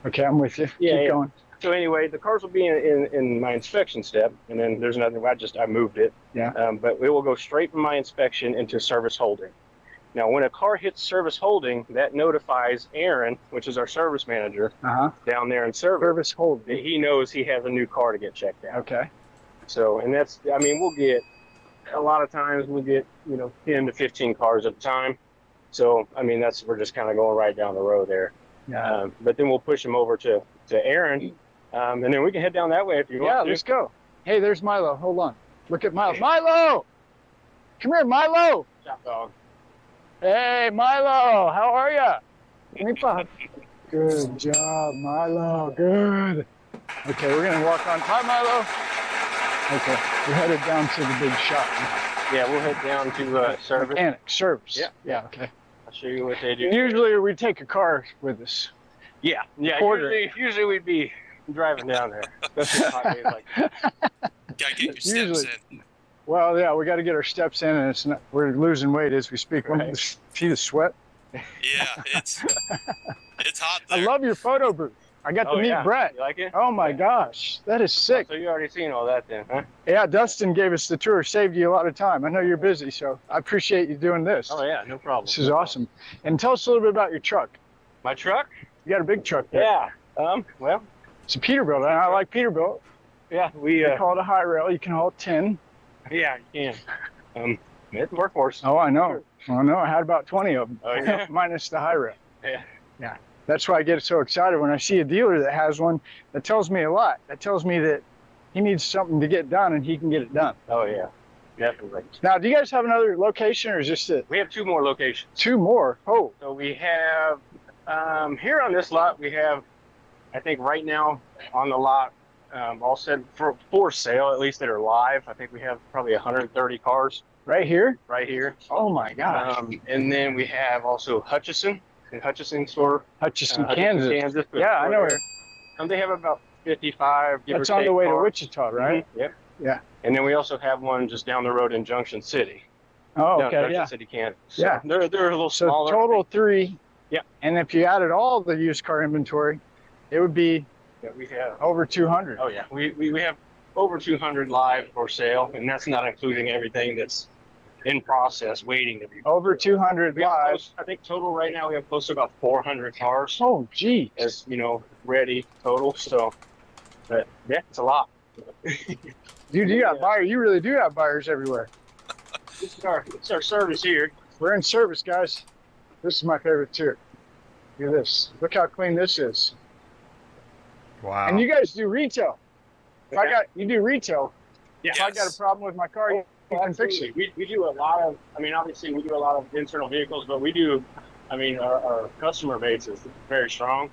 S2: Okay, I'm with you.
S6: Yeah,
S2: Keep
S6: yeah.
S2: going.
S6: So anyway, the cars will be in, in, in my inspection step, and then there's nothing. I just I moved it.
S2: Yeah.
S6: Um, but it will go straight from my inspection into service holding. Now, when a car hits service holding, that notifies Aaron, which is our service manager
S2: Uh huh.
S6: down there in service,
S2: Service hold.
S6: that he knows he has a new car to get checked out.
S2: Okay.
S6: So, and that's, I mean, we'll get a lot of times we get, you know, 10 to 15 cars at a time. So, I mean, that's, we're just kind of going right down the road there.
S2: Yeah.
S6: Um, but then we'll push them over to, to Aaron. Um, and then we can head down that way if you
S2: yeah.
S6: want.
S2: Let's go. Hey, there's Milo. Hold on. Look at Milo. Milo, come here, Milo.
S6: Top dog.
S2: Hey, Milo. How are ya? Give me five. Good job, Milo. Good. Okay, we're gonna walk on. Hi, Milo. Okay, we're headed down to the big shop.
S6: Yeah, we'll head down to uh, service.
S2: Mechanic service.
S6: Yeah.
S2: Yeah. Okay.
S6: I'll show you what they do.
S2: Usually we take a car with us.
S6: Yeah, yeah.
S2: Quarter.
S6: Usually, usually we'd be driving down there. Especially on hot days like
S3: Gotta get your steps
S2: Usually.
S3: in.
S2: Well, yeah, we got to get our steps in, and it's not, we're losing weight as we speak.
S6: Right.
S2: See the sweat.
S3: Yeah, it's it's hot there.
S2: I love your photo booth. I got
S6: Oh,
S2: to meet
S6: yeah.
S2: Brett.
S6: You like it?
S2: Oh my gosh, that is sick.
S6: So you already seen all that then, huh?
S2: Yeah, Dustin gave us the tour, saved you a lot of time. I know you're busy, so I appreciate you doing this.
S6: Oh yeah, no problem.
S2: This is awesome. And tell us a little bit about your truck.
S6: My truck?
S2: You got a big truck there.
S6: Yeah. Um. Well.
S2: It's a Peterbilt, and I like Peterbilt.
S6: Yeah. We.
S2: You
S6: Uh,
S2: call it a high rail, you can haul 10.
S6: yeah. You can. Um. It's workhorse.
S2: Oh, I know. I know. I had about 20 of them,
S6: Oh, yeah.
S2: minus the high rail.
S6: Yeah.
S2: Yeah. That's why I get so excited when I see a dealer that has one. That tells me a lot. That tells me that he needs something to get done and he can get it done.
S6: Oh yeah. Definitely.
S2: Now, do you guys have another location or is this it?
S6: We have two more locations.
S2: Two more. Oh,
S6: So we have um, here on this lot we have, I think right now on the lot, um, all said for for sale at least that are live. I think we have probably 130 cars
S2: right here?
S6: right here.
S2: Oh my gosh.
S6: Um, and then we have also Hutchison, the Hutchison store.
S2: Hutchinson,
S6: uh, Hutchison,
S2: Kansas.
S6: Kansas with
S2: Yeah, I know
S6: Toyota. Um, they have about 55. give or
S2: That's on the
S6: take,
S2: way to
S6: cars.
S2: Wichita, right?
S6: Mhm, Yep.
S2: Yeah.
S6: And then we also have one just down the road in Junction City.
S2: Oh,
S6: down in
S2: okay.
S6: Junction
S2: Yeah.
S6: City, Kansas.
S2: Yeah.
S6: They're, they're a little
S2: So
S6: smaller.
S2: total three.
S6: Yeah.
S2: And if you added all the used car inventory, it would be
S6: that we have.
S2: over 200.
S6: Oh, yeah. We, we, we have over 200 live for sale, and that's not including everything that's in process waiting to be.
S2: Over 200
S6: We have
S2: Oh, live.
S6: close- I think total right now we have close to about 400 cars
S2: Oh, gee.
S6: as, you know, ready total. So, but yeah, it's a lot.
S2: Dude, you got
S6: Yeah.
S2: buyers. You really do have buyers everywhere.
S6: This is our, this is our service here.
S2: We're in service, guys. This is my favorite tier. Look at this. Look how clean this is.
S1: Wow.
S2: And you guys do retail. If I got you do retail,
S6: Yeah.
S2: if I got a problem with my car, you can fix it.
S6: We, we do a lot of, I mean, obviously we do a lot of internal vehicles, but we do, I mean, our, our customer base is very strong.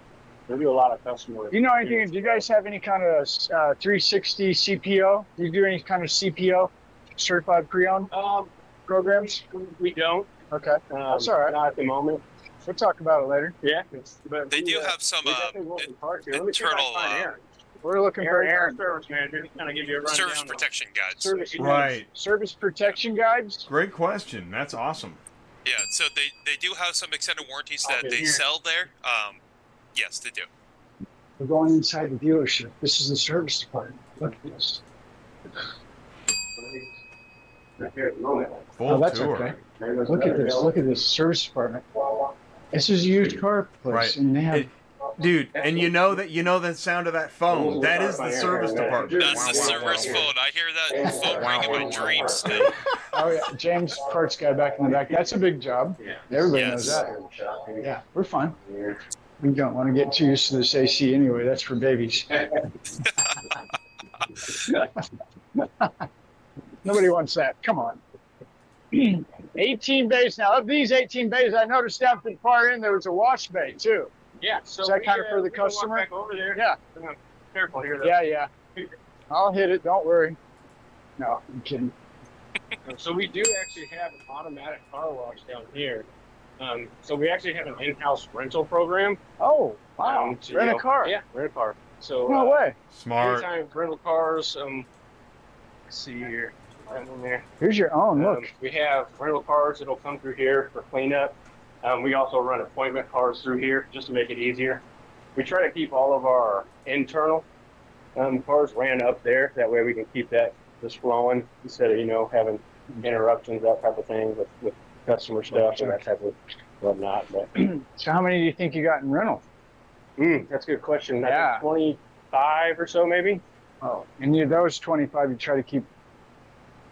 S6: We do a lot of customer.
S2: You know anything? Do you guys have any kind of uh, 360 CPO? Do you do any kind of CPO, certified pre-owned
S6: Um,
S2: programs?
S6: we don't.
S2: Okay,
S6: Um,
S2: That's all right.
S6: Not at the moment.
S2: we'll talk about it later.
S6: Yeah. it's- But
S3: They
S6: we,
S3: do
S6: uh,
S3: have some
S6: we
S3: uh,
S6: definitely work with parts here. Let me see if I
S3: internal,
S6: can find
S3: uh,
S6: Aaron.
S2: We're looking for
S6: Aaron, our
S2: Aaron.
S6: service manager, just kind of give you a rundown.
S3: service
S6: of-
S3: protection guides.
S6: Service, you know,
S1: right.
S2: Service protection guides.
S1: Great question. That's awesome.
S3: Yeah, so they, they do have some extended warranties that
S6: Okay,
S3: they
S6: here.
S3: sell there. Um, yes, they do.
S2: We're going inside the dealership. This is the service department. Look at this.
S6: right here at the moment.
S1: Full
S2: Oh, that's
S1: tour.
S2: okay. Look at this. Look at this service department. This is a used car place,
S1: Right.
S2: and they have
S1: It- Dude, and you know that you know the sound of that phone. That is the service department.
S3: That's the service phone. I hear that phone ring in my dreams.
S2: oh yeah, James parts guy back in the back. That's a big job.
S6: Yeah.
S2: Everybody
S3: Yes.
S2: knows that. Yeah, we're fine. We don't want to get too used to this AC anyway. That's for babies. Nobody wants that. Come on. 18 bays now. Of these 18 bays, I noticed down at the far end there was a wash bay too.
S6: Yeah, so.
S2: Is that
S6: we,
S2: kinda
S6: uh,
S2: for the
S6: we can walk
S2: customer?
S6: Back over there. Uh,
S2: Yeah.
S6: Careful here. though.
S2: Yeah, yeah. I'll hit it. Don't worry. No, I'm kidding.
S6: So we do actually have an automatic car wash down here. Um, so we actually have an in-house rental program.
S2: Oh, wow.
S6: Um, to, you
S2: Rent a
S6: know-
S2: car.
S6: Yeah, rent a car. So
S2: No
S6: uh,
S2: way.
S1: Smart.
S6: anytime rental cars. Um, let's see here, right in there.
S2: Here's your own.
S6: Um,
S2: Look.
S6: we have rental cars that'll come through here for cleanup. Um, we also run appointment cars through here just to make it easier. We try to keep all of our internal um, cars ran up there. That way we can keep that just flowing instead of you know having interruptions that type of thing with, with customer stuff and that type of whatnot. But
S2: So how many do you think you got in rental?
S6: mm, that's a good question. I
S2: Yeah.
S6: think Twenty-five or so maybe.
S2: Oh, and you those 25 you try to keep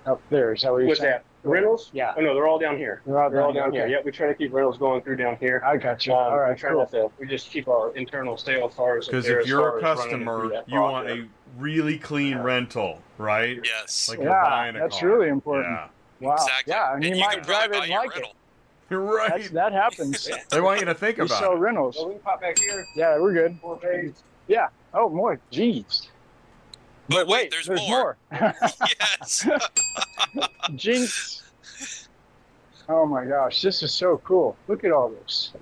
S2: up there. Is that what you're
S6: What's
S2: saying?
S6: that? Rentals?
S2: Yeah.
S6: Oh no, they're all down here.
S2: They're all
S6: They're all
S2: down
S6: down here. Yep, we try to keep rentals going through down here.
S2: I got you.
S6: Um,
S2: All
S6: we
S2: right,
S6: try
S2: cool.
S6: not to- We just keep our internal sales cars. up
S1: Because
S6: there
S1: if
S6: as
S1: you're a
S6: far as running through
S1: customer,
S6: that
S1: you want
S6: process.
S1: a really clean rental, right?
S3: Yes.
S1: Like you're
S2: Yeah,
S1: buying a
S2: that's
S1: car.
S2: really important.
S1: Yeah.
S2: Wow.
S3: Exactly.
S2: Yeah, and you,
S3: you
S2: might
S3: could probably
S2: drive it
S3: buy
S2: and
S3: your
S2: like it.
S3: rental.
S1: You're right.
S2: That's, that happens.
S1: They want you to think
S2: you
S1: about
S2: sell
S1: it.
S2: rentals.
S6: Well, we can pop back here.
S2: Yeah, we're good.
S6: Four phase.
S2: Oh, more. Jeez.
S3: But, wait, there's, more. yes.
S2: Jinx. Oh my gosh, this is so cool. Look at all this.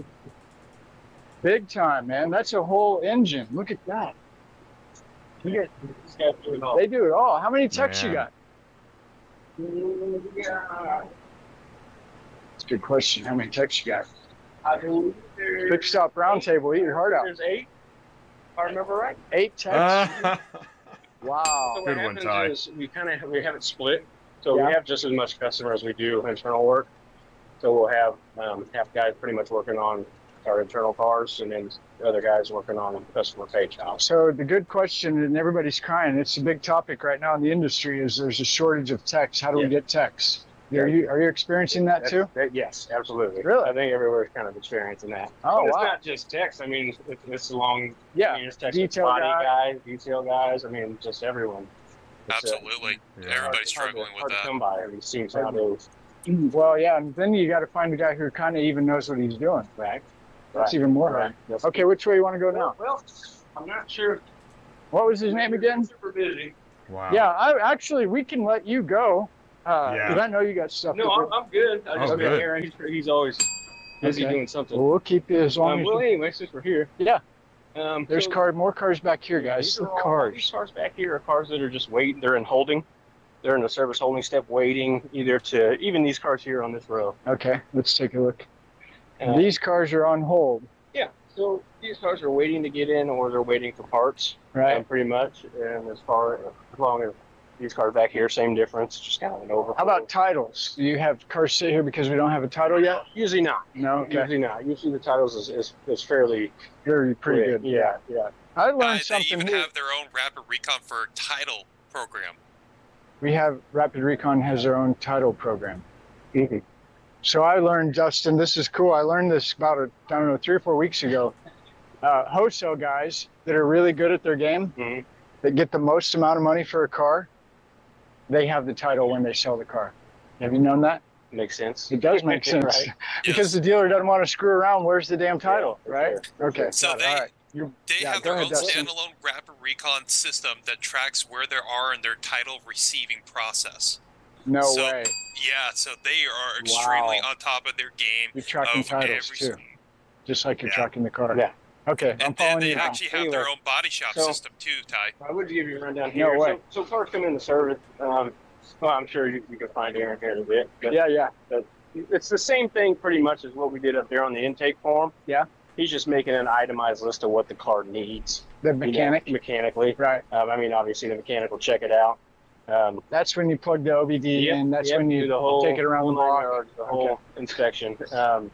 S2: Big time, man. That's a whole engine. Look at that.
S6: You get- this guy's doing all-
S2: They do it all. How many techs you
S1: Man.
S2: got? That's a good question. How many techs you got?
S6: I believe there's-
S2: Quick stop roundtable. Eat your heart out.
S6: There's eight. If I remember right.
S2: Eight techs.
S1: Ah.
S6: So
S2: wow.
S6: what
S1: Good one,
S6: happens
S1: Ty.
S6: is we kind of we have it split, so
S2: Yeah.
S6: we have just as much customer as we do internal work. So we'll have um, half guys pretty much working on our internal cars, and then the other guys working on customer pay jobs.
S2: So the good question, and everybody's crying. It's a big topic right now in the industry. Is there's a shortage of techs? How do
S6: Yeah.
S2: we get techs? Are you are you experiencing that too?
S6: That- yes, absolutely.
S2: Really?
S6: I think everywhere's kind of experiencing that.
S2: Oh
S6: But it's
S2: wow.
S6: not just techs. I mean, it's, it's long. I
S2: Yeah.
S6: mean, it's techs,
S2: Detail
S6: body
S2: guy.
S6: guys, detail guys. I mean, just everyone. It's, uh,
S3: Absolutely.
S1: Yeah.
S3: Everybody's
S6: hard to-
S3: struggling with
S6: hard to
S3: that.
S6: come by. It seems nowadays,
S2: Well, yeah, and then you got to find a guy who kind of even knows what he's doing.
S6: right?
S2: That's even more hard.
S6: That's-
S2: Okay, which way you want to go now?
S6: Well, I'm not sure.
S2: What was his name again?
S6: Super busy.
S1: Wow.
S2: Yeah, I actually we can let you go. Uh,
S1: Um, Yeah.
S2: 'cause I know you got stuff.
S6: No,
S2: to
S6: I'm,
S2: do.
S6: I'm good. I
S1: Oh,
S6: just got
S1: good.
S6: Aaron. He's, he's always busy
S2: Okay.
S6: doing something.
S2: Well, we'll keep you as long
S6: um,
S2: as.
S6: well,
S2: You,
S6: anyway, since we're here,
S2: yeah,
S6: um,
S2: there's
S6: so-
S2: car more cars back here, guys.
S6: These are
S2: Look,
S6: all-
S2: cars.
S6: These cars back here are cars that are just waiting. They're in holding. They're in the service holding step, waiting either to even these cars here on this row.
S2: Okay, let's take a look.
S6: Uh,
S2: These cars are on hold,
S6: yeah. So these cars are waiting to get in, or they're waiting for parts, um,
S2: right?
S6: pretty much. And as far as long as these cars back here, same difference, just kind of an overflow.
S2: How about titles? Do you have cars sit here because we don't have a title yet?
S6: Usually not.
S2: No. Okay,
S6: Usually not. Usually the titles is, is, is fairly
S2: you're pretty
S6: quick.
S2: good.
S6: Yeah, yeah.
S2: I learned
S3: Guys, they
S2: something.
S3: even
S2: new.
S3: have their own rapid recon for title program.
S2: we have Rapid Recon has their own title program.
S6: Mhm.
S2: So I learned, Justin, this is cool. I learned this about, I I don't know, three or four weeks ago. Uh, wholesale guys that are really good at their game,
S6: Mhm.
S2: that get the most amount of money for a car, they have the title when they sell the car. Have you known that?
S6: Makes sense.
S2: It does make sense.
S6: Right.
S2: Because the dealer doesn't want to screw around. Where's the damn title,
S6: Yeah, for
S2: right?
S6: sure.
S2: Okay.
S3: So
S2: got it.
S3: they-
S2: All right. You're-
S3: They
S2: Yeah,
S3: have
S2: go
S3: their
S2: ahead,
S3: own
S2: Dustin.
S3: standalone rapid recon system that tracks where there are in their title receiving process.
S2: No
S3: So-
S2: way.
S3: Yeah, so they are extremely on top of their game.
S2: You're tracking
S3: of
S2: titles
S3: every
S2: too, just like you're
S3: Yeah.
S2: tracking the car.
S6: Yeah.
S2: Okay, I'm
S3: And then
S2: following
S3: they
S2: you. now.
S3: actually have their own body shop
S6: So-
S3: system too, Ty.
S6: I would give you a rundown
S2: No
S6: here.
S2: way.
S6: So, so cars come into service. Um, well, I'm sure you, you can find Aaron here in a bit. But
S2: Yeah, yeah.
S6: It's the same thing pretty much as what we did up there on the intake form.
S2: Yeah.
S6: He's just making an itemized list of what the car needs.
S2: The
S6: you know,
S2: mechanic.
S6: mechanically.
S2: Right.
S6: Um, I mean, obviously, the mechanic will check it out. Um,
S2: That's when you plug the OBD
S6: Yep,
S2: in. That's
S6: yep,
S2: when
S6: do
S2: you
S6: the whole,
S2: take it around the
S6: whole nine
S2: block.
S6: yards, the whole inspection. Um,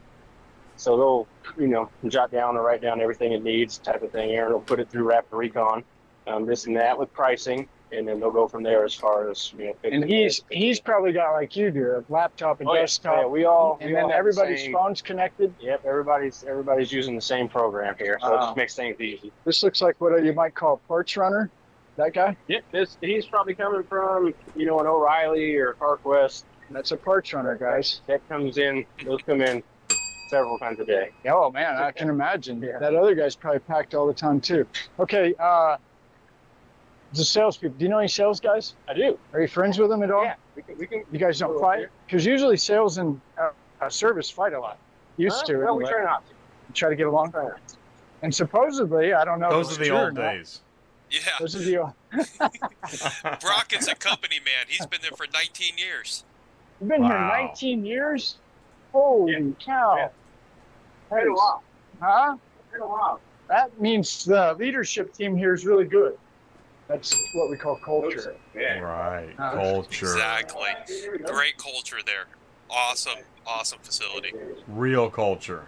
S6: so they'll, you know, jot down or write down everything it needs, type of thing. Aaron will put it through Rapid Recon, um, this and that with pricing, and then they'll go from there as far as you know.
S2: And
S6: fixing
S2: he's
S6: it.
S2: he's probably got like you do a laptop and
S6: Oh, yeah.
S2: desktop,
S6: Yeah, we all, we
S2: and then
S6: all have the
S2: everybody's
S6: same-
S2: phone's connected.
S6: Yep, everybody's everybody's using the same program here, so it
S2: Wow.
S6: just makes things easy.
S2: This looks like what you might call parts runner. That guy.
S6: Yep, this he's probably coming from you know an O'Reilly or CarQuest.
S2: That's a parts runner, guys.
S6: That comes in, those come in several times a day.
S2: Yeah, Oh man, I can imagine. That other guy's probably packed all the time too. Okay, uh, the salespeople. Do you know any sales guys?
S6: I do.
S2: Are you friends with them at all?
S6: Yeah, we can, we can
S2: You guys don't fight? Because usually sales and uh, uh, service fight a lot. Used
S6: Huh?
S2: to.
S6: Well, we
S2: anyway.
S6: try not to.
S2: try to get along. And supposedly, I don't know. if
S1: Those
S2: it's
S1: are the
S2: true or
S1: old
S2: not.
S1: days.
S3: Yeah.
S2: Those are the old.
S3: Brock is a company man. He's been there for 19 years.
S2: You've been
S1: Wow.
S2: here 19 years. Holy cow!
S6: Yeah.
S2: That is- Huh?
S6: Been a while.
S2: That means the leadership team here is really good. That's what we call culture.
S6: Yeah.
S1: Right.
S2: Uh,
S1: Culture.
S3: Exactly. Great culture there. Awesome, awesome facility.
S1: Real culture.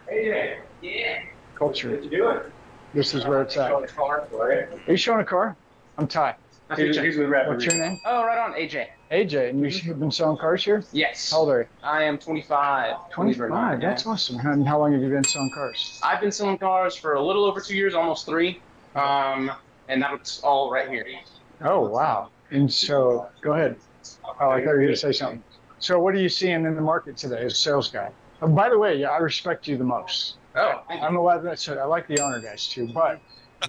S2: Culture. This is where it's at. Are you showing a car? I'm Ty.
S7: Who's- who's with Rapid
S2: What's your name?
S7: Oh, right on, Mm-hmm. AJ.
S2: AJ. And you've been selling cars here?
S7: Yes.
S2: How old are you?
S7: I am 25.
S2: 25. That's awesome. And how long have you been selling cars?
S7: I've been selling cars for a little over two years, almost three. Um, and that's all right here.
S2: Oh, wow. And so, go ahead. Oh, I thought you were going to say something. So, what are you seeing in the market today as a sales guy? Oh, by the way, yeah, I respect you the most.
S7: Oh,
S2: I
S7: thank you.
S2: don't know why that's I like the honor guys too, but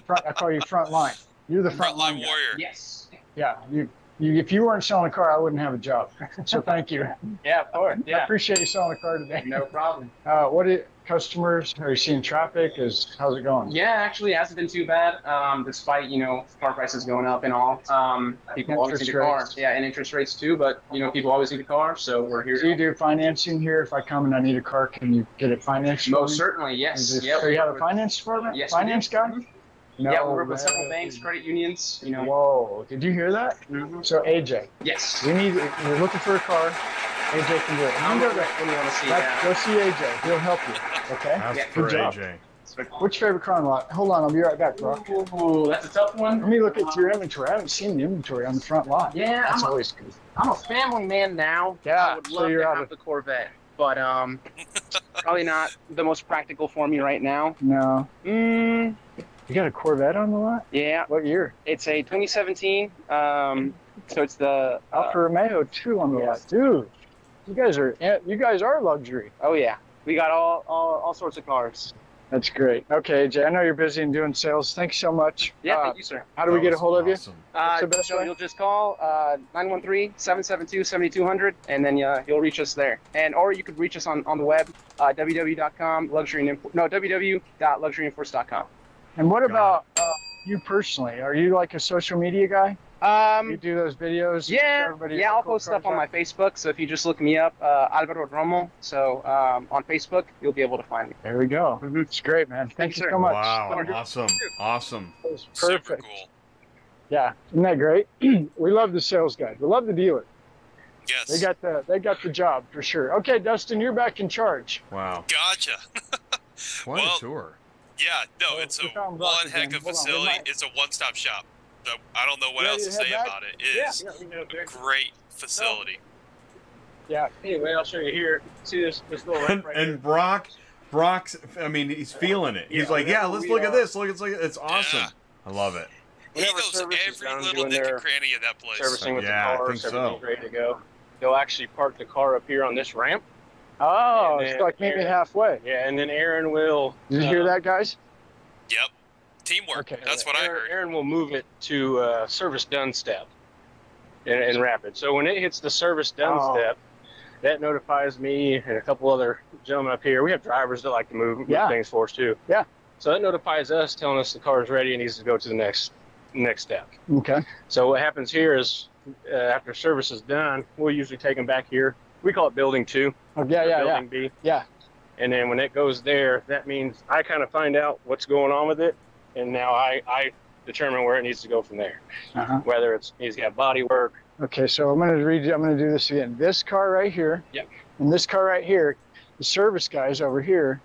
S2: front, I call you front line. You're the front line.
S3: Frontline
S2: guy.
S3: warrior.
S7: yes.
S2: Yeah. You, you, if you weren't selling a car, I wouldn't have a job. So, thank you.
S7: Yeah, of course.
S2: I
S7: Yeah,
S2: appreciate you selling a car today.
S7: no problem.
S2: Uh, what are customers? Are you seeing traffic? Is how's it going?
S7: Yeah, actually, it hasn't been too bad, um, despite you know car prices going up and all. Um, people always need a
S2: Interest
S7: car.
S2: rates.
S7: Yeah, and interest rates too. But you know, people always need a car, so we're here.
S2: Do you do financing here? If I come and I need a car, can you get it financed? for
S7: Most
S2: me?
S7: certainly, yes.
S2: Is it-
S7: Yep.
S2: So you have a finance department?
S7: Yes, we Mm-hmm.
S2: Finance guy? No.
S7: yeah, we work with
S2: way.
S7: several banks, credit unions. You know.
S2: Whoa, did you hear that? So AJ,
S7: Yes.
S2: we need, you're looking for a car, AJ can do it.
S7: I'm
S2: You
S7: good
S2: go there.
S7: when you want to see
S2: Like,
S7: that.
S2: Go see AJ, he'll help you, okay?
S1: That's
S7: Yeah,
S1: for
S2: good job.
S1: AJ.
S2: What's your favorite car in lot? Hold on, I'll be right back, bro.
S7: Ooh, that's a tough
S2: Let
S7: one.
S2: me look at your inventory. I haven't seen the inventory on the front lot.
S7: Yeah,
S2: That's
S7: I'm a,
S2: always good.
S7: I'm a family man now.
S2: Yeah,
S7: I would
S2: so
S7: love
S2: you're
S7: to
S2: out
S7: have
S2: of-
S7: the Corvette, but um, probably not the most practical for me right now.
S2: No.
S7: Mm,
S2: You got a Corvette on the lot?
S7: yeah,
S2: What year?
S7: it's a 2017. Um, so it's the uh,
S2: Alfa Romeo too on the lot. Dude, you guys are, you guys are luxury.
S7: oh yeah, we got all, all all sorts of cars.
S2: That's great. Okay, AJ, I know you're busy and doing sales. Thanks so much.
S7: Yeah,
S2: Uh,
S7: thank you, sir.
S2: How do we
S1: That
S2: get a
S1: was
S2: hold of you?
S1: awesome.
S7: Uh,
S2: the best
S7: so
S2: way?
S7: you'll just call uh, 913-772-7200, and then uh, you'll reach us there. And or you could reach us on, on the web, uh, www.com, luxury and import, no, www.luxuryimport.com.
S2: And what
S1: Got
S2: about uh, you personally? Are you like a social media guy? You
S7: Um,
S2: do those videos?
S7: yeah,
S2: everybody-
S7: yeah, I'll
S2: cool
S7: post stuff
S2: cars
S7: on my
S2: out?
S7: Facebook. So if you just look me up, uh, Alvaro Romo, so um, on Facebook, you'll be able to find me.
S2: There we go. It's great, man. Thank
S7: Thanks,
S2: you
S7: sir.
S2: so much.
S1: Wow. Awesome. Awesome.
S2: That was
S3: Super
S2: Perfect.
S3: cool.
S2: Yeah, isn't that great? we love the sales guys. We love the dealer.
S3: Yes.
S2: They got the they got the job for sure. Okay, Dustin, you're back in charge.
S1: Wow.
S3: gotcha.
S1: What
S3: Well,
S1: a tour.
S3: Yeah, no,
S2: Oh,
S3: it's a
S2: we found Rock
S3: one heck
S2: again. Hold
S3: of
S2: on, we
S3: facility.
S2: might-
S3: it's a one-stop shop. The- I don't know what
S2: Yeah,
S3: else
S2: you
S3: to
S2: head
S3: say
S2: back?
S3: about it. It is a great facility.
S6: Anyway, I'll show you here. See this this little
S1: And,
S6: ramp right
S1: and Brock, Brock's, I mean, he's feeling it. He's
S6: Yeah,
S1: like, yeah,
S6: whenever
S1: let's
S6: we
S1: look at
S2: uh,
S6: are-
S1: this. Look, it's like, it's awesome. I love it.
S3: he
S6: Whenever
S3: knows
S6: service is
S3: every
S6: done
S3: little
S6: doing
S3: nick
S6: their
S3: and cranny of that place.
S6: servicing with
S1: Yeah, I
S6: the
S1: think
S6: cars,
S1: so.
S6: everything's ready to go. They'll actually park the car up here on this ramp.
S2: Oh,
S6: Yeah,
S2: it's
S6: man.
S2: like meet me halfway.
S6: Yeah, and then Aaron will.
S2: Did you
S6: uh,
S2: hear that, guys?
S3: Yep. Teamwork.
S2: Okay.
S3: That's what I
S6: Aaron,
S3: heard.
S6: Aaron will move it to uh, service done step in, in Rapid. So when it hits the service done
S2: Oh.
S6: step, that notifies me and a couple other gentlemen up here. We have drivers that like to move, move
S2: Yeah.
S6: things for us too.
S2: Yeah.
S6: So that notifies us, telling us the car is ready and needs to go to the next next step.
S2: Okay.
S6: So what happens here is uh, after service is done, we'll usually take them back here. We call it building two.
S2: Oh, yeah, yeah,
S6: or
S2: yeah.
S6: building B.
S2: Yeah.
S6: And then when it goes there, that means I kind of find out what's going on with it, and now I, I determine where it needs to go from there.
S2: Uh-huh.
S6: Whether it's he's got body work,
S2: Okay, so I'm gonna read. I'm gonna do this again. This car right here.
S6: Yep.
S2: And this car right here, the service guys over here,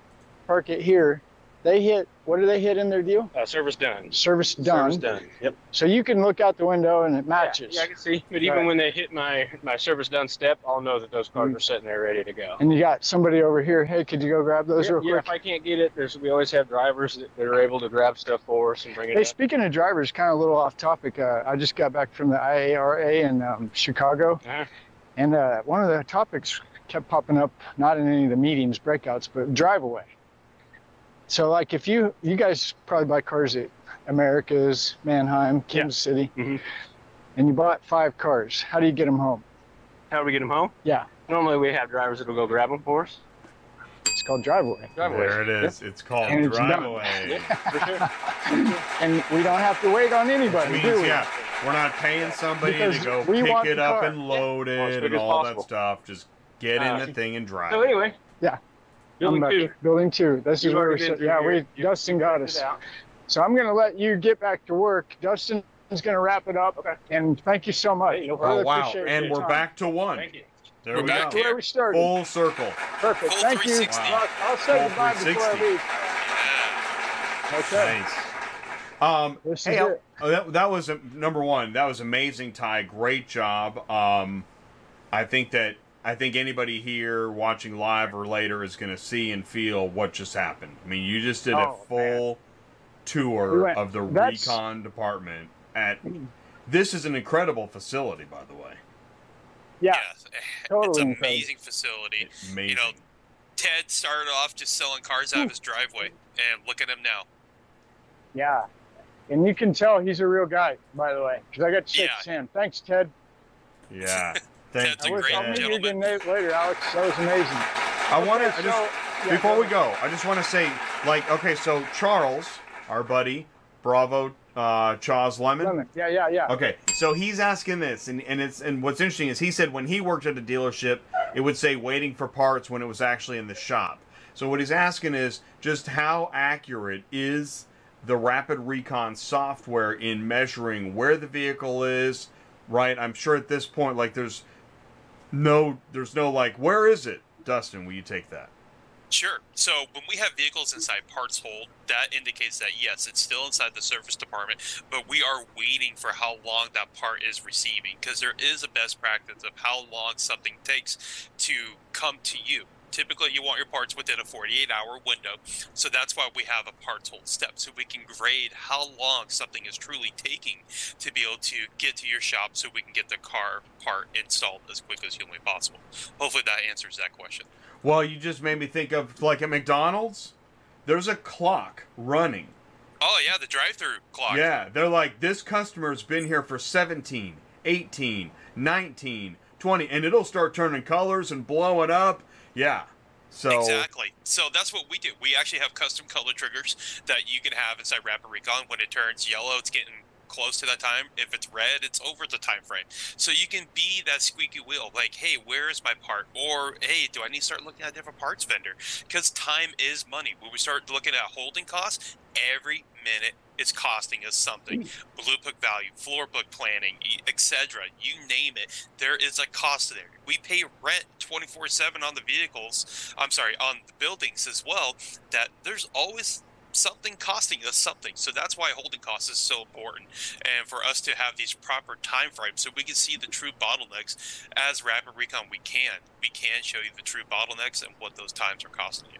S2: park it here. They hit. What do they hit in their deal?
S6: uh, service done.
S2: Service done.
S6: Service done. Yep.
S2: So you can look out the window and it matches.
S6: Yeah, I can see. But even
S2: Right. Mm-hmm.
S6: when they hit my my service done step, I'll know that those cars are sitting there ready to go.
S2: And you got somebody over here. Hey, could you go grab those
S6: yeah,
S2: real
S6: yeah,
S2: quick?
S6: if I can't get it, there's we always have drivers that, that are able to grab stuff for us and bring it
S2: Hey,
S6: up.
S2: speaking of drivers, kind of a little off topic. Uh, I just got back from the IARA in um, Chicago,
S6: Uh-huh.
S2: and uh, one of the topics kept popping up, not in any of the meetings, breakouts, but drive away. So, like, if you you guys probably buy cars at America's, Manheim, Kansas City,
S6: Mhm.
S2: and you bought five cars, how do you get them home?
S6: How do we get them home?
S2: Yeah.
S6: Normally we have drivers that will go grab them for us.
S2: It's called drive away.
S6: Driveways.
S1: There it is. It's called
S2: And it's
S1: Drive
S2: done.
S1: Away.
S6: For sure.
S2: and we don't have to wait on anybody,
S1: Means,
S2: do we?
S1: yeah, we're not paying somebody
S2: Because
S1: to go
S2: we want
S1: pick it
S2: the
S1: up
S2: car.
S1: and load
S6: Yeah. As
S1: it
S6: quick
S1: and
S6: as
S1: all that
S6: possible.
S1: stuff. Just get
S6: Uh,
S1: in the thing and drive.
S6: So anyway.
S2: Yeah.
S6: Building
S2: I'm
S6: two.
S2: back. Building two. This
S6: You've
S2: is where we
S6: already been
S2: said,
S6: through
S2: yeah,
S6: here.
S2: we
S6: You-
S2: Dustin got us.
S6: It out.
S2: So I'm going to let you get back to work. Dustin, is going to wrap it up. And thank you so much.
S6: Hey, no
S1: Oh,
S2: Really
S1: wow.
S2: appreciate
S1: And
S2: your
S1: we're
S2: time.
S1: back to one.
S6: Thank you.
S1: There
S3: We're
S1: we
S3: back
S1: go.
S2: to where we started.
S1: Full circle.
S2: Perfect.
S3: Full
S2: Thank you.
S3: 360.
S2: I'll, I'll say
S1: Full
S2: goodbye before I
S1: 360.
S2: leave.
S3: Yeah.
S2: Okay.
S1: Nice. Um,
S2: This
S1: hey,
S2: is
S1: I'll-
S2: it.
S1: oh, that, that was um, number one. That was amazing, Ty. Great job. Um, I think that I think anybody here watching live or later is going to see and feel what just happened. I mean, you just did
S2: Oh,
S1: a full tour
S2: We went-
S1: of the
S2: that's-
S1: recon department at. This is an incredible facility, by the way.
S2: Yeah,
S3: It's
S2: totally.
S3: an
S2: incredible.
S3: amazing facility.
S1: Amazing.
S3: You know, Ted started off just selling cars out of his driveway, and look at him now.
S2: Yeah. And you can tell he's a real guy, by the way, because I got to shake
S3: Yeah.
S2: his hand. Thanks, Ted.
S1: yeah. Thank
S3: That's a
S2: I
S1: you,
S2: wish
S3: great
S2: I'll
S1: Ted.
S2: meet you
S3: gentleman.
S2: again na- later, Alex. That was amazing.
S1: I want to.
S2: Okay,
S1: just,
S2: so- yeah,
S1: Before
S2: go
S1: we go, I just want to say, like, okay, so Charles, our buddy, Bravo, uh, Chaz Lemon.
S2: Lemon. Yeah, yeah, yeah.
S1: Okay, so he's asking this, and, and it's and what's interesting is he said when he worked at a dealership, it would say waiting for parts when it was actually in the shop. So what he's asking is just how accurate is the Rapid Recon software in measuring where the vehicle is, right? I'm sure at this point, like, there's no, there's no like, where is it, Dustin? Will you take that?
S3: Sure. So when we have vehicles inside parts hold, that indicates that yes, it's still inside the service department, but we are waiting for how long that part is receiving because there is a best practice of how long something takes to come to you. Typically, you want your parts within a 48 hour window. So that's why we have a parts hold step so we can grade how long something is truly taking to be able to get to your shop so we can get the car part installed as quick as humanly possible. Hopefully, that answers that question.
S1: Well, you just made me think of like at McDonald's, there's a clock running.
S3: Oh, yeah, the drive through clock.
S1: Yeah, they're like, this customer's been here for 17, 18, 19, 20, and it'll start turning colors and blowing up. Yeah. So,
S3: Exactly. So that's what we do. We actually have custom color triggers that you can have inside Rapid Recon. When it turns yellow, it's getting close to that time. If it's red, it's over the time frame. So you can be that squeaky wheel, like, hey, where is my part? Or hey, do I need to start looking at a different parts vendor? Because time is money. When we start looking at holding costs, every minute is costing us something. Blue book value, floor book planning, etc. You name it. There is a cost there. We pay rent 24/7 on the vehicles I'm sorry, on the buildings as well, that there's always something costing us something. So that's why holding costs is so important and for us to have these proper time frames so we can see the true bottlenecks as rapid recon we can. We can show you the true bottlenecks and what those times are costing you.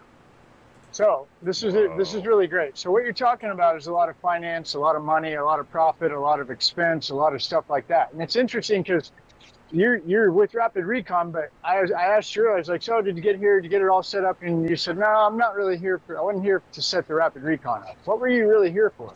S2: So this is this is
S1: Whoa.
S2: really great. So what you're talking about is a lot of finance, a lot of money, a lot of profit, a lot of expense, a lot of stuff like that. And it's interesting because you're you're with Rapid Recon, but I was- I asked you, I was like, so did you get here? Did you get it all set up? And you said, no, I'm not really here for. I wasn't here to set the Rapid Recon up. What were you really here for?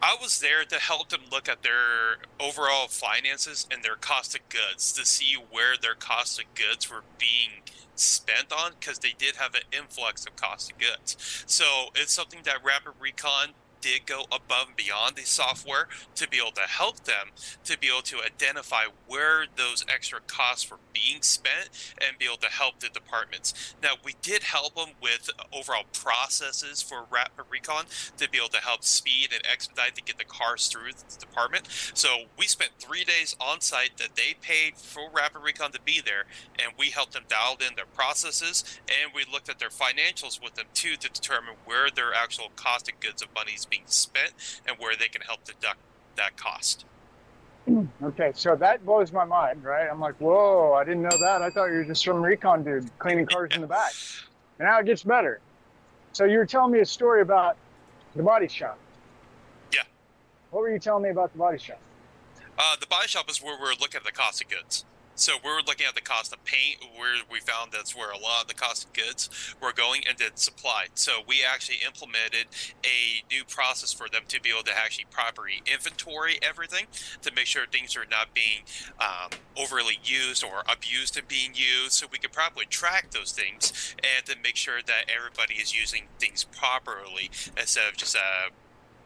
S3: I was there to help them look at their overall finances and their cost of goods to see where their cost of goods were being spent on because they did have an influx of cost of goods. So it's something that Rapid Recon did go above and beyond the software to be able to help them to be able to identify where those extra costs were being spent and be able to help the departments. Now we did help them with overall processes for Rapid Recon to be able to help speed and expedite to get the cars through the department. So we spent three days on site that they paid for Rapid Recon to be there, and we helped them dial in their processes, and we looked at their financials with them too to determine where their actual cost of goods of money is being spent and where they can help deduct that cost.
S2: Okay, so that blows my mind, right? I'm like, whoa, I didn't know that. I thought you were just some recon dude cleaning cars in the back. And now it gets better. So you were telling me a story about the body shop.
S3: Yeah.
S2: What were you telling me about the body shop?
S3: Uh, the body shop is where we're looking at the cost of goods. So we're looking at the cost of paint, where we found that's where a lot of the cost of goods were going, and then supply. So we actually implemented a new process for them to be able to actually properly inventory everything to make sure things are not being um, overly used or abused and being used, so we can properly track those things and to make sure that everybody is using things properly instead of just uh,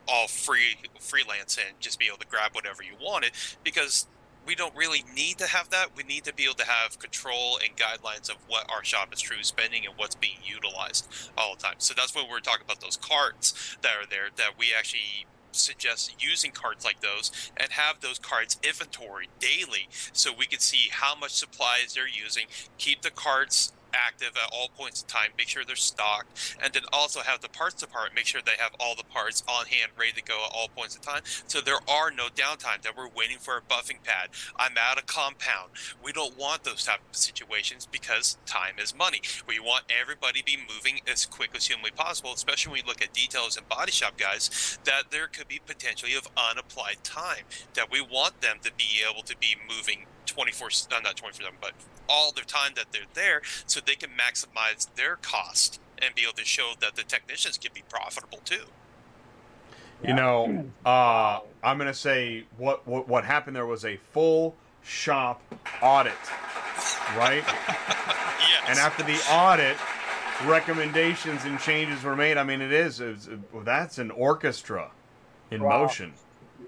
S3: all free freelance and just be able to grab whatever you wanted because we don't really need to have that. We need to be able to have control and guidelines of what our shop is truly spending and what's being utilized all the time. So that's what we're talking about those carts that are there that we actually suggest using carts like those and have those carts inventory daily so we can see how much supplies they're using, keep the carts active at all points in time, make sure they're stocked, and then also have the parts department make sure they have all the parts on hand ready to go at all points in time. So there are no downtime that we're waiting for a buffing pad. I'm out of compound. We don't want those type of situations because time is money. We want everybody to be moving as quick as humanly possible, especially when we look at details and body shop guys, that there could be potentially of unapplied time that we want them to be able to be moving 24 uh, not 24 7 but all their time that they're there so they can maximize their cost and be able to show that the technicians can be profitable too
S1: You know, uh, I'm gonna say what, what what happened there was a full shop audit, right?
S3: yes
S1: and after the audit, recommendations and changes were made. I mean, it is it's, that's an orchestra in
S2: Wow.
S1: motion.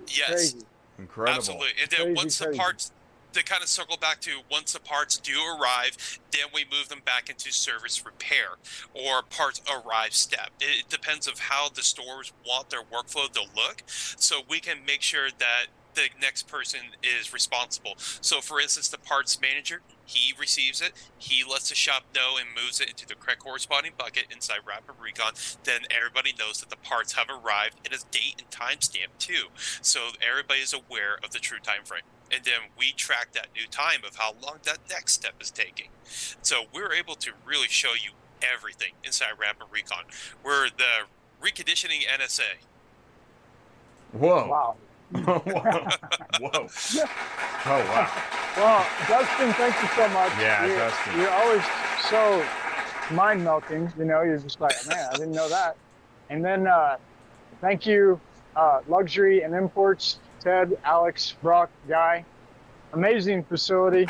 S3: yes
S2: Crazy.
S1: Incredible.
S3: Absolutely. And then
S2: Crazy,
S3: once the
S2: crazy.
S3: parts, they kind of circle back to once the parts do arrive, then we move them back into service repair or parts arrive step. It, it depends of how the stores want their workflow to look, so we can make sure that the next person is responsible. So, for instance, the parts manager. He receives it. He lets the shop know and moves it into the correct corresponding bucket inside Rapid Recon. Then everybody knows that the parts have arrived and is date and timestamp too so everybody is aware of the true time frame and then we track that new time of how long that next step is taking so we're able to really show you everything inside rapid recon we're the reconditioning nsa
S1: Whoa.
S2: Wow.
S1: Whoa. Whoa. Oh wow.
S2: Well, Dustin, thank you so much.
S1: Yeah,
S2: you're,
S1: Dustin.
S2: You're always so mind melting. You know, you're just like, man, I didn't know that. And then uh, thank you, uh, Luxury and Imports, Ted, Alex, Brock, Guy. Amazing facility.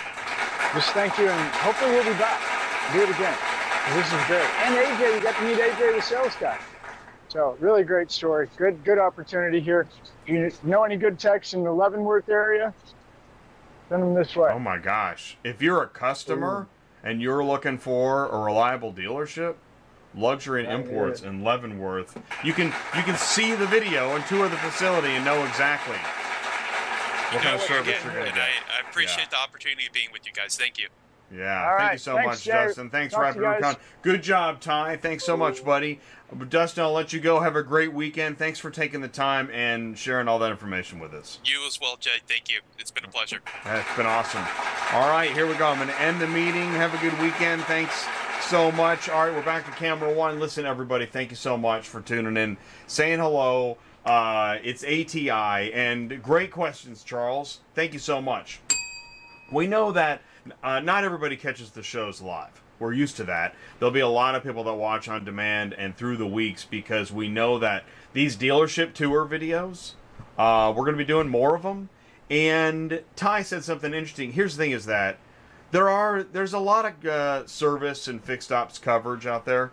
S2: Just thank you, and hopefully we'll be back. Do it again. This is great. And AJ, you got to meet AJ, the sales guy. So really great story. Good, good opportunity here. You know any good techs in the Leavenworth area? Send them this way.
S1: Oh my gosh. If you're a customer and you're looking for a reliable dealership, luxury and
S2: Right
S1: imports in Leavenworth, you can you can see the video and tour the facility and know exactly what kind of
S3: Know
S1: service
S3: again,
S1: you're going to
S3: and
S1: get.
S3: I, I appreciate the opportunity of being with you guys thank you
S1: Yeah,
S2: All
S1: thank you
S2: right,
S1: so
S2: thanks,
S1: much,
S2: Jay.
S1: Dustin. Thanks,
S2: Talk
S1: Rapid
S2: to you guys.
S1: Recon. Good job, Ty. Thanks so much, buddy. Dustin, I'll let you go. Have a great weekend. Thanks for taking the time and sharing all that information with us.
S3: you as well jay thank you it's been a pleasure
S1: That's been awesome. All right, here we go. I'm going to end the meeting. Have a good weekend. Thanks so much. All right, we're back to camera one. Listen, everybody, thank you so much for tuning in, saying hello. Uh, it's ATI, and great questions, Charles. Thank you so much. We know that uh, not everybody catches the shows live. We're used to that. There'll be a lot of people that watch on demand and through the weeks because we know that these dealership tour videos, uh, we're going to be doing more of them. And Ty said something interesting. Here's the thing: is that there are there's a lot of uh, service and fixed ops coverage out there,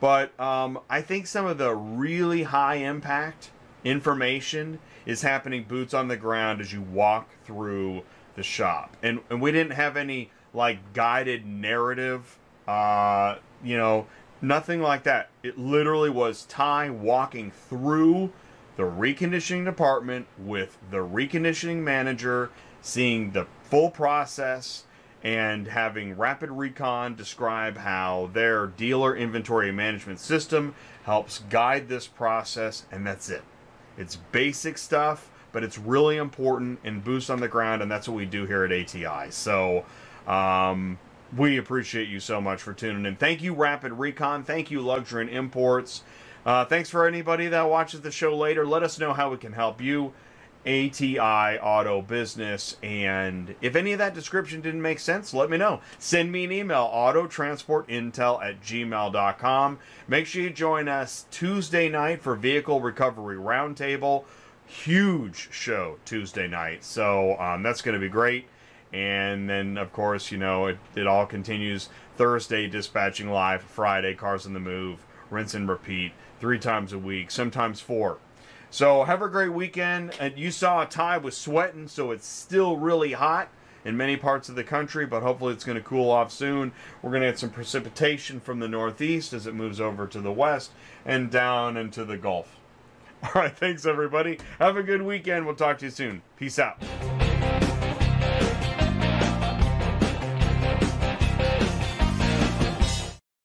S1: but um, I think some of the really high impact information is happening boots on the ground as you walk through the shop. And and we didn't have any like guided narrative, uh, you know, nothing like that. It literally was Ty walking through the reconditioning department with the reconditioning manager, seeing the full process and having Rapid Recon describe how their dealer inventory management system helps guide this process, and that's it. It's basic stuff, but it's really important and boots on the ground, and that's what we do here at ATI. So, um, we appreciate you so much for tuning in. Thank you, Rapid Recon. Thank you, Luxury and Imports. Uh, thanks for anybody that watches the show later. Let us know how we can help you. ATI Auto Business. And if any of that description didn't make sense, let me know. Send me an email, autotransportintel at gmail.com. Make sure you join us Tuesday night for Vehicle Recovery Roundtable. Huge show Tuesday night. So um, that's going to be great. And then, of course, you know, it, it all continues Thursday, dispatching live, Friday, cars on the move, rinse and repeat, three times a week, sometimes four. So have a great weekend. And you saw Ty was sweating, so it's still really hot in many parts of the country, but hopefully it's going to cool off soon. We're going to get some precipitation from the northeast as it moves over to the west and down into the Gulf. All right, thanks everybody. Have a good weekend. We'll talk to you soon. Peace out.